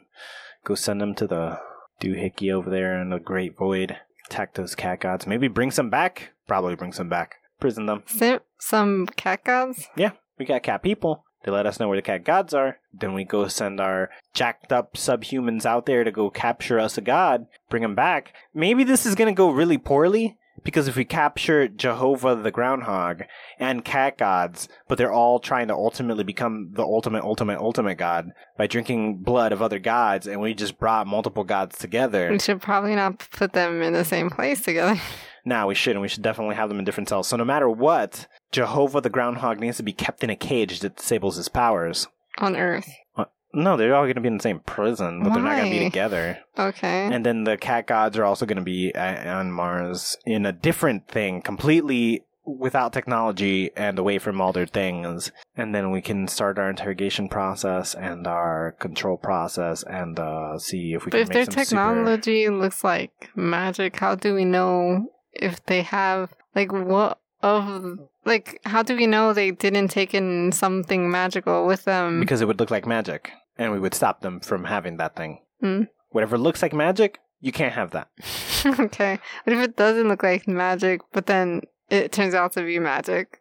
Speaker 2: Go send them to the doohickey over there in the Great Void. Attack those cat gods. Maybe bring some back. Probably bring some back. Prison them.
Speaker 3: Sim- some cat gods?
Speaker 2: We got cat people. They let us know where the cat gods are. Then we go send our jacked up subhumans out there to go capture us a god, bring him back. Maybe this is going to go really poorly because if we capture Jehovah the groundhog and cat gods, but they're all trying to ultimately become the ultimate, ultimate, ultimate god by drinking blood of other gods, and we just brought multiple gods together.
Speaker 3: We should probably not put them in the same place together. <laughs>
Speaker 2: Nah, we shouldn't. We should definitely have them in different cells. So no matter what, Jehovah the groundhog needs to be kept in a cage that disables his powers.
Speaker 3: On Earth.
Speaker 2: No, they're all going to be in the same prison, but they're not going to be
Speaker 3: Why?
Speaker 2: together.
Speaker 3: Okay.
Speaker 2: And then the cat gods are also going to be a- on Mars in a different thing, completely without technology and away from all their things. And then we can start our interrogation process and our control process and uh, see if we
Speaker 3: but
Speaker 2: can
Speaker 3: if
Speaker 2: make
Speaker 3: their
Speaker 2: some super-
Speaker 3: technology looks like magic, how do we know if they have like what of like how do we know they didn't take in something magical with them?
Speaker 2: because it would look like magic, and we would stop them from having that thing.
Speaker 3: Hmm.
Speaker 2: Whatever looks like magic, you can't have that.
Speaker 3: <laughs> okay. What if it doesn't look like magic, but then it turns out to be magic?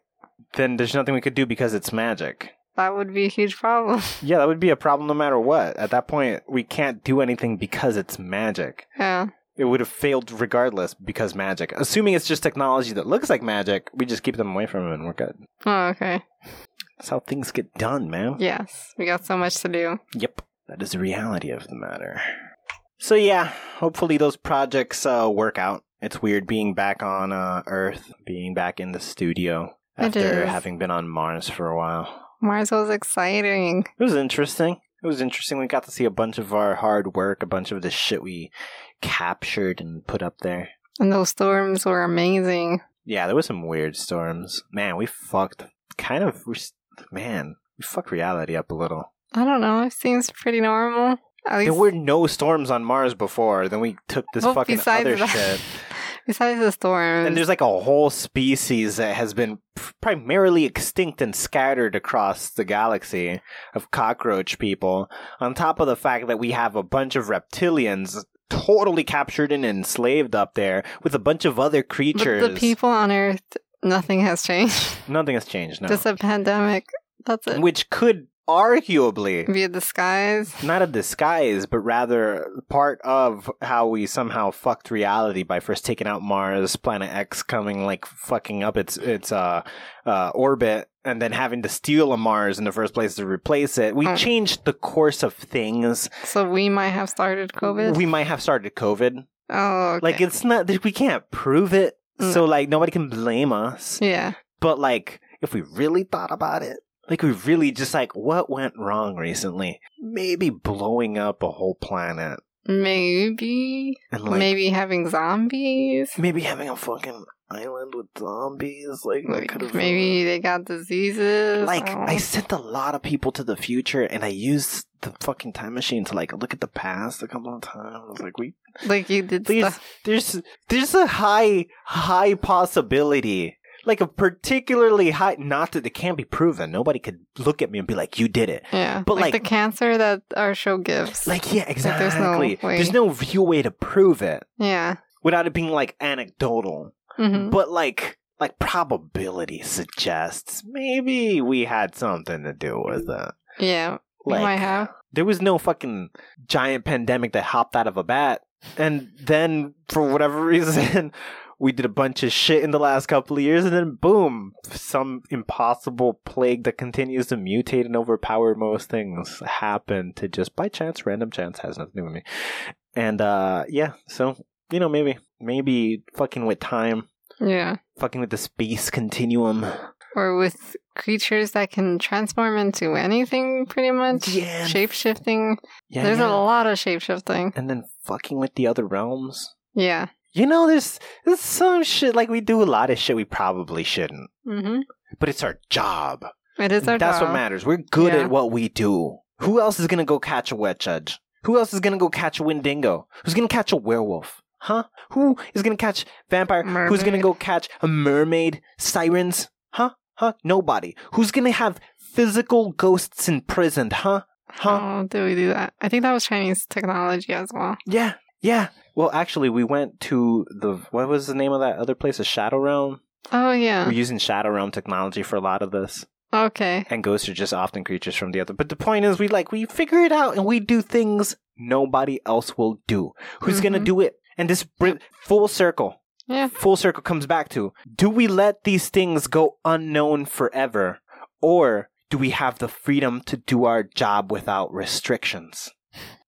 Speaker 2: Then there's nothing we could do because it's magic.
Speaker 3: That would be a huge problem. <laughs>
Speaker 2: Yeah, that would be a problem no matter what. At that point, we can't do anything because it's magic.
Speaker 3: yeah.
Speaker 2: It would have failed regardless because magic. Assuming it's just technology that looks like magic, we just keep them away from it and we're good.
Speaker 3: Oh, okay.
Speaker 2: That's how things get done, man.
Speaker 3: Yes. We got so much to do.
Speaker 2: Yep. That is the reality of the matter. So yeah, hopefully those projects uh, work out. It's weird being back on uh, Earth, being back in the studio
Speaker 3: It
Speaker 2: after
Speaker 3: is.
Speaker 2: having been on Mars for a while.
Speaker 3: Mars was exciting.
Speaker 2: It was interesting. It was interesting. We got to see a bunch of our hard work, a bunch of the shit we captured and put up there.
Speaker 3: And those storms were amazing.
Speaker 2: Yeah, there were some weird storms. Man, we fucked. Kind of. We're, s- man, we fucked reality up a little.
Speaker 3: I don't know. It seems pretty normal. At least
Speaker 2: There were no storms on Mars before. Then we took this
Speaker 3: Well,
Speaker 2: fucking
Speaker 3: besides
Speaker 2: other
Speaker 3: that-
Speaker 2: shit.
Speaker 3: <laughs> Besides the storms.
Speaker 2: And there's like a whole species that has been pr- primarily extinct and scattered across the galaxy of cockroach people, on top of the fact that we have a bunch of reptilians totally captured and enslaved up there with a bunch of other
Speaker 3: But
Speaker 2: creatures.
Speaker 3: the people on Earth, nothing has changed.
Speaker 2: Nothing has changed, <laughs> no.
Speaker 3: Just a pandemic. That's it.
Speaker 2: Which could arguably
Speaker 3: Be a disguise.
Speaker 2: not a disguise, but rather part of how we somehow fucked reality by first taking out Mars, Planet X coming like fucking up its its uh, uh, orbit, and then having to steal a Mars in the first place to replace it. We
Speaker 3: Mm.
Speaker 2: changed the course of things.
Speaker 3: So we might have started COVID.
Speaker 2: We might have started COVID.
Speaker 3: oh, okay.
Speaker 2: Like it's not we can't prove it,
Speaker 3: Mm.
Speaker 2: so like nobody can blame us.
Speaker 3: yeah.
Speaker 2: But like, if we really thought about it, like we really just like what went wrong recently? Maybe blowing up a whole planet
Speaker 3: Maybe.
Speaker 2: and like maybe,
Speaker 3: maybe having zombies.
Speaker 2: having a fucking island with zombies. Like that could've-
Speaker 3: Like, Maybe they got diseases. Oh.
Speaker 2: Like
Speaker 3: don't
Speaker 2: I
Speaker 3: know.
Speaker 2: sent a lot of people to the future, and I used the fucking time machine to like look at the past a couple of times. Like we,
Speaker 3: like you did
Speaker 2: there's
Speaker 3: stuff.
Speaker 2: there's there's a high high possibility. Like a particularly high, not that it can't be proven. Nobody could look at me and be like, "You did it."
Speaker 3: Yeah.
Speaker 2: but,
Speaker 3: like,
Speaker 2: like-
Speaker 3: the cancer that our show gives.
Speaker 2: Like, yeah,
Speaker 3: no
Speaker 2: exactly.
Speaker 3: way.
Speaker 2: there's no real way to prove it
Speaker 3: yeah.
Speaker 2: without it being like anecdotal.
Speaker 3: hmm
Speaker 2: But like, like probability suggests maybe we had something to do with it.
Speaker 3: Yeah. We
Speaker 2: Like,
Speaker 3: might have.
Speaker 2: there was no fucking giant pandemic that hopped out of a bat, and then for whatever <laughs> reason. We did a bunch of shit in the last couple of years, and then boom, some impossible plague that continues to mutate and overpower most things happened to just by chance, random chance has nothing to do with me. And uh yeah, so you know, maybe maybe fucking with time,
Speaker 3: Yeah.
Speaker 2: fucking with the space continuum.
Speaker 3: Or with creatures that can transform into anything, pretty much.
Speaker 2: Yeah.
Speaker 3: Shape shifting.
Speaker 2: Yeah.
Speaker 3: There's
Speaker 2: yeah.
Speaker 3: a lot of shapeshifting.
Speaker 2: and then fucking with the other realms.
Speaker 3: Yeah.
Speaker 2: You know, there's there's some shit like we do a lot of shit we probably shouldn't.
Speaker 3: hmm
Speaker 2: But it's our job.
Speaker 3: It is our
Speaker 2: That's
Speaker 3: job.
Speaker 2: what matters. We're good
Speaker 3: Yeah.
Speaker 2: at what we do. Who else is gonna go catch a wet judge? Who else is gonna go catch a Wendigo? Who's gonna catch a werewolf? Huh? Who is gonna catch vampire? Who's gonna
Speaker 3: Mermaid.
Speaker 2: go catch a mermaid? Sirens? Huh? Huh? Nobody. Who's gonna have physical ghosts imprisoned? Huh? Huh?
Speaker 3: Oh, did we do that? I think that was Chinese technology as well.
Speaker 2: Yeah. Yeah. Well, actually, we went to the what was the name of that other place? A Shadow Realm.
Speaker 3: Oh
Speaker 2: We're
Speaker 3: yeah.
Speaker 2: using Shadow Realm technology for a lot of this.
Speaker 3: Okay.
Speaker 2: and ghosts are just often creatures from the other. But the point is, we like we figure it out and we do things nobody else will do. Who's gonna
Speaker 3: Mhm.
Speaker 2: do it? And this br- full circle,
Speaker 3: Yeah.
Speaker 2: full circle comes back to: Do we let these things go unknown forever, or do we have the freedom to do our job without restrictions?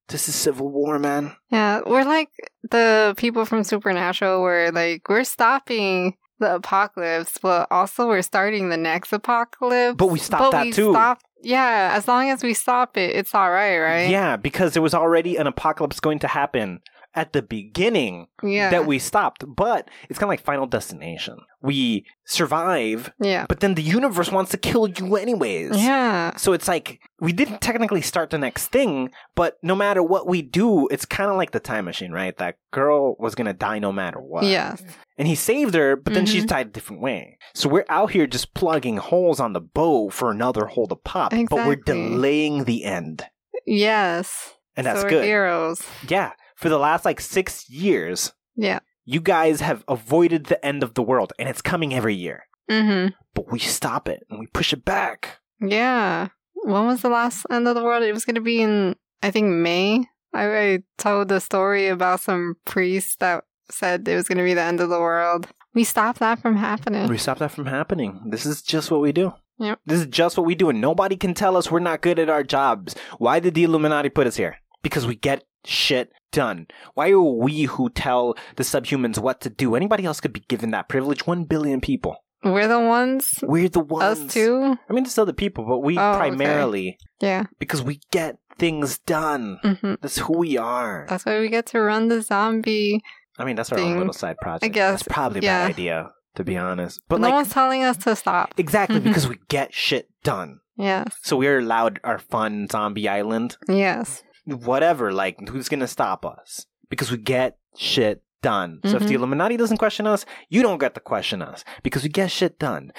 Speaker 2: This is civil war, man.
Speaker 3: Yeah, we're like the people from Supernatural where like we're stopping the apocalypse, but also we're starting the next apocalypse.
Speaker 2: But we stopped that too.
Speaker 3: stopped- yeah, as long as we stop it, it's all right, right?
Speaker 2: Yeah, because there was already an apocalypse going to happen at the beginning.
Speaker 3: Yeah.
Speaker 2: that we stopped. But it's kind of like Final Destination. We survive,
Speaker 3: Yeah.
Speaker 2: but then the universe wants to kill you anyways.
Speaker 3: Yeah.
Speaker 2: So it's like we didn't technically start the next thing, but no matter what we do, it's kind of like the time machine, right? That girl was gonna die no matter what.
Speaker 3: Yes.
Speaker 2: And he saved her, but then she's
Speaker 3: Mhm.
Speaker 2: died a different way. So we're out here just plugging holes on the bow for another hole to pop, but we're
Speaker 3: Exactly.
Speaker 2: delaying the end,
Speaker 3: Yes.
Speaker 2: and that's
Speaker 3: so we're
Speaker 2: good.
Speaker 3: Heroes.
Speaker 2: Yeah, for the last like six years,
Speaker 3: Yeah.
Speaker 2: you guys have avoided the end of the world, and it's coming every year.
Speaker 3: Mm-hmm.
Speaker 2: But we stop it and we push it back.
Speaker 3: Yeah. When was the last end of the world? It was gonna be in I think May. I, I told the story about some priest that said it was gonna be the end of the world. We stopped that from happening.
Speaker 2: We stop that from happening. This is just what we do.
Speaker 3: Mm. Yep.
Speaker 2: This is just what we do, and nobody can tell us we're not good at our jobs. Why did the Illuminati put us here? Because we get shit done. Why are we who tell the subhumans what to do? Anybody else could be given that privilege. One billion people.
Speaker 3: We're the ones.
Speaker 2: We're the ones.
Speaker 3: Us too.
Speaker 2: I mean, there's other people, but we
Speaker 3: Oh, okay.
Speaker 2: primarily
Speaker 3: Yeah.
Speaker 2: because we get things done.
Speaker 3: hmm
Speaker 2: That's who we are.
Speaker 3: That's why we get to run the zombie.
Speaker 2: I mean, that's our
Speaker 3: thing,
Speaker 2: own little side project.
Speaker 3: I guess,
Speaker 2: That's probably a
Speaker 3: yeah.
Speaker 2: bad idea, to be honest. But
Speaker 3: no
Speaker 2: like,
Speaker 3: one's telling us to stop. <laughs>
Speaker 2: exactly
Speaker 3: Mhm.
Speaker 2: because we get shit done.
Speaker 3: Yes.
Speaker 2: So we're allowed our fun zombie island,
Speaker 3: Yes.
Speaker 2: whatever. Like, who's gonna stop us? Because we get shit done. So if
Speaker 3: Mhm.
Speaker 2: the Illuminati doesn't question us, you don't get to question us because we get shit done.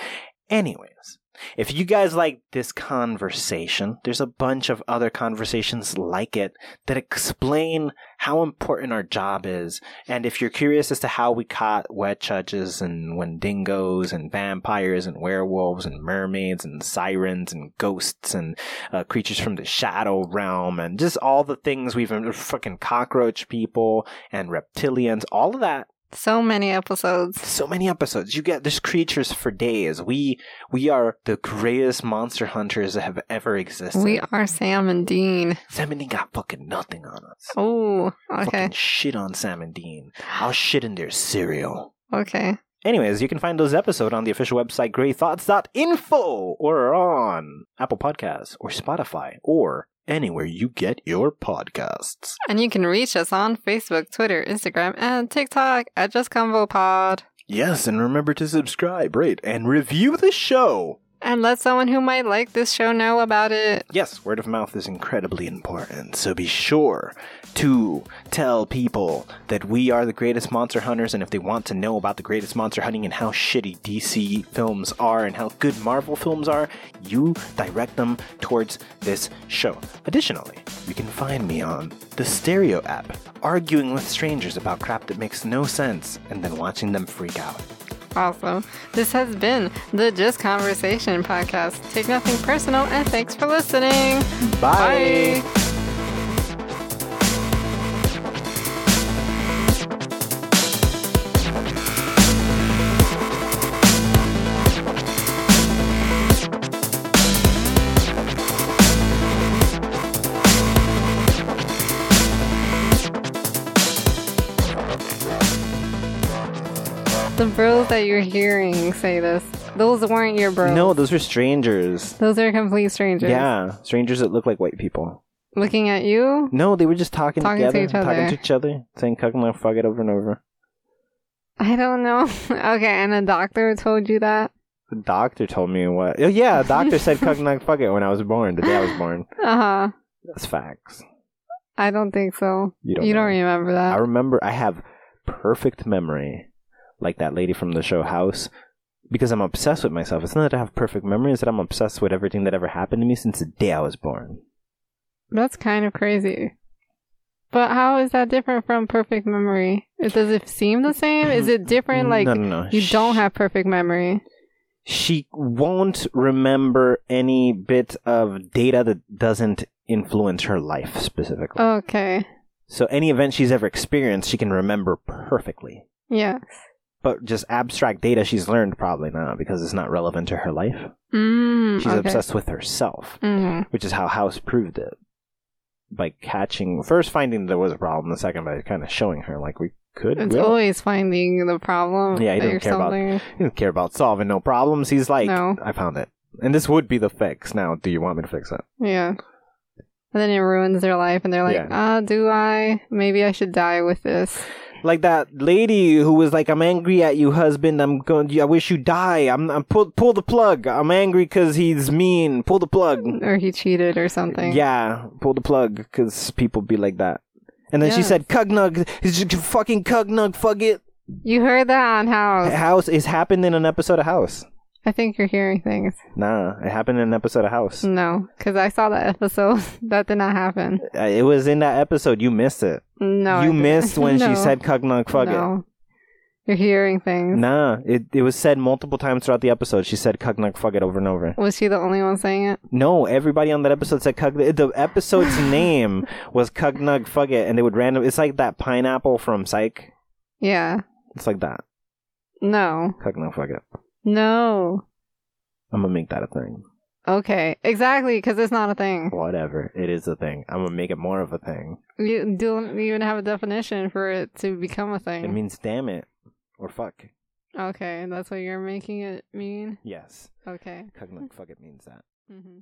Speaker 2: Anyways, if you guys like this conversation, there's a bunch of other conversations like it that explain how important our job is. And if you're curious as to how we caught wet judges and wendigos and vampires and werewolves and mermaids and sirens and ghosts and uh, creatures from the shadow realm and just all the things we've fucking cockroach people and reptilians, all of that
Speaker 3: So many episodes.
Speaker 2: so many episodes. You get there's creatures for days. We we are the greatest monster hunters that have ever existed.
Speaker 3: We are Sam and Dean.
Speaker 2: Salmon got fucking nothing on us.
Speaker 3: Oh,
Speaker 2: Fucking
Speaker 3: okay.
Speaker 2: shit on Sam and Dean. I'll shit in their cereal.
Speaker 3: Okay.
Speaker 2: Anyways, you can find those episodes on the official website graythoughts.info or on Apple Podcasts or Spotify or anywhere you get your podcasts.
Speaker 3: And you can reach us on Facebook, Twitter, Instagram, and TikTok at Just Convo Pod.
Speaker 2: Yes, and remember to subscribe, rate, and review the show.
Speaker 3: And let someone who might like this show know about it.
Speaker 2: Yes, word of mouth is incredibly important, so be sure to tell people that we are the greatest monster hunters, and if they want to know about the greatest monster hunting and how shitty DC films are and how good Marvel films are, you direct them towards this show. Additionally, you can find me on the Stereo app, arguing with strangers about crap that makes no sense, and then watching them freak out.
Speaker 3: Awesome. This has been the Just Conversation podcast. Take nothing personal, and thanks for listening.
Speaker 2: Bye!
Speaker 3: Bye. The bros that you're hearing say this. Those weren't your bros.
Speaker 2: No, those are strangers.
Speaker 3: Those are complete strangers.
Speaker 2: Yeah, strangers that look like white people.
Speaker 3: Looking at you?
Speaker 2: No, they were just talking,
Speaker 3: Talking to
Speaker 2: together,
Speaker 3: each
Speaker 2: talking
Speaker 3: other.
Speaker 2: to each other, saying "cuck my fuck it" over and over.
Speaker 3: I don't know. <laughs> okay, and a doctor told you that?
Speaker 2: The doctor told me what. Oh yeah, a doctor said "cuck my fuck it" when I was born. The day I was born.
Speaker 3: Uh huh.
Speaker 2: That's facts.
Speaker 3: I don't think so.
Speaker 2: You don't
Speaker 3: You don't
Speaker 2: know.
Speaker 3: remember
Speaker 2: I
Speaker 3: that.
Speaker 2: remember. I have perfect memory, like that lady from the show House, because I'm obsessed with myself. It's not that I have perfect memories; that I'm obsessed with everything that ever happened to me since the day I was born.
Speaker 3: That's kind of crazy. But how is that different from perfect memory? It- Does it seem the same?
Speaker 2: <laughs>
Speaker 3: Is it different? Like
Speaker 2: Mm, no, no, no.
Speaker 3: you
Speaker 2: Sh-
Speaker 3: don't have perfect memory.
Speaker 2: She won't remember any bit of data that doesn't influence her life specifically.
Speaker 3: Oh. Okay.
Speaker 2: so any event she's ever experienced, she can remember perfectly.
Speaker 3: Yeah.
Speaker 2: But just abstract data she's learned probably not because it's not relevant to her life.
Speaker 3: Mm,
Speaker 2: She's
Speaker 3: okay.
Speaker 2: obsessed with herself,
Speaker 3: Mhm.
Speaker 2: which is how House proved it by catching first finding there was a problem, the second by kind of showing her like we could.
Speaker 3: It's
Speaker 2: we don't-
Speaker 3: always finding the problem.
Speaker 2: Yeah, he
Speaker 3: or
Speaker 2: doesn't care about-
Speaker 3: something.
Speaker 2: He doesn't care about solving no problems. He's like,
Speaker 3: No.
Speaker 2: I found it. And this would be the fix. Now, do you want me to fix it?
Speaker 3: Yeah. And then it ruins their life, and they're like,
Speaker 2: Yeah.
Speaker 3: "Ah, do I? Maybe I should die with this."
Speaker 2: Like that lady who was like, "I'm angry at you, husband. I'm going. I wish you die. I'm. I'm pull. Pull the plug. I'm angry because he's mean. Pull the plug.
Speaker 3: Or he cheated, or something.
Speaker 2: Yeah, pull the plug because people be like that. And then she
Speaker 3: Yes.
Speaker 2: said, "Cugnug, it's just fucking Cugnug, fuck it."
Speaker 3: You heard that
Speaker 2: <laughs>
Speaker 3: on House.
Speaker 2: House is happened in an episode of House.
Speaker 3: I think you're hearing things.
Speaker 2: Nah, it happened in an episode of House.
Speaker 3: No, because I saw that episode. <laughs> that did not happen.
Speaker 2: Uh, It was in that episode. You missed it.
Speaker 3: No, I
Speaker 2: you
Speaker 3: didn't.
Speaker 2: missed when
Speaker 3: <laughs> No.
Speaker 2: she said "Cugnug, fuck it."
Speaker 3: no. You're hearing things.
Speaker 2: Nah, it, it was said multiple times throughout the episode. She said "Cugnug, fuck it" over and over.
Speaker 3: Was she the only one saying it?
Speaker 2: No, everybody on that episode said "Cugnug." The episode's name was "Cugnug, fuck it," and they would random. It's like that pineapple from Psych.
Speaker 3: Yeah.
Speaker 2: It's like that
Speaker 3: No.
Speaker 2: "Cugnug, fuck it."
Speaker 3: No.
Speaker 2: I'm gonna make that a thing.
Speaker 3: Okay. Exactly, because it's not a thing.
Speaker 2: Whatever, it is a thing. I'm gonna make it more of a thing.
Speaker 3: You don't even have a definition for it to become a
Speaker 2: It
Speaker 3: thing.
Speaker 2: means damn it or fuck.
Speaker 3: Okay, that's what you're making it mean.
Speaker 2: Yes,
Speaker 3: Okay.
Speaker 2: "Cugnug, fuck it" means that.
Speaker 3: Mm-hmm.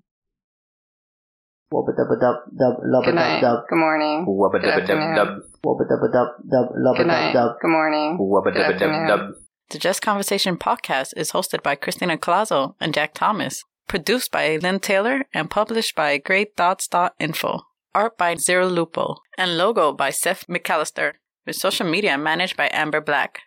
Speaker 4: Wubba dubba dub dub lubba dub dub.
Speaker 3: Good morning.
Speaker 5: Wubba
Speaker 3: Good
Speaker 5: dubba dub dub.
Speaker 4: Wubba dubba dub dub lubba dub dub.
Speaker 3: Good morning.
Speaker 5: Wubba dubba dub
Speaker 3: afternoon.
Speaker 5: dub.
Speaker 1: The Just Conversation podcast is hosted by Christina Colazo and Jack Thomas, produced by Lynn Taylor, and published by GreatThoughts.info. Art by Zero Lupo, and logo by Seth McAllister, with social media managed by Amber Black.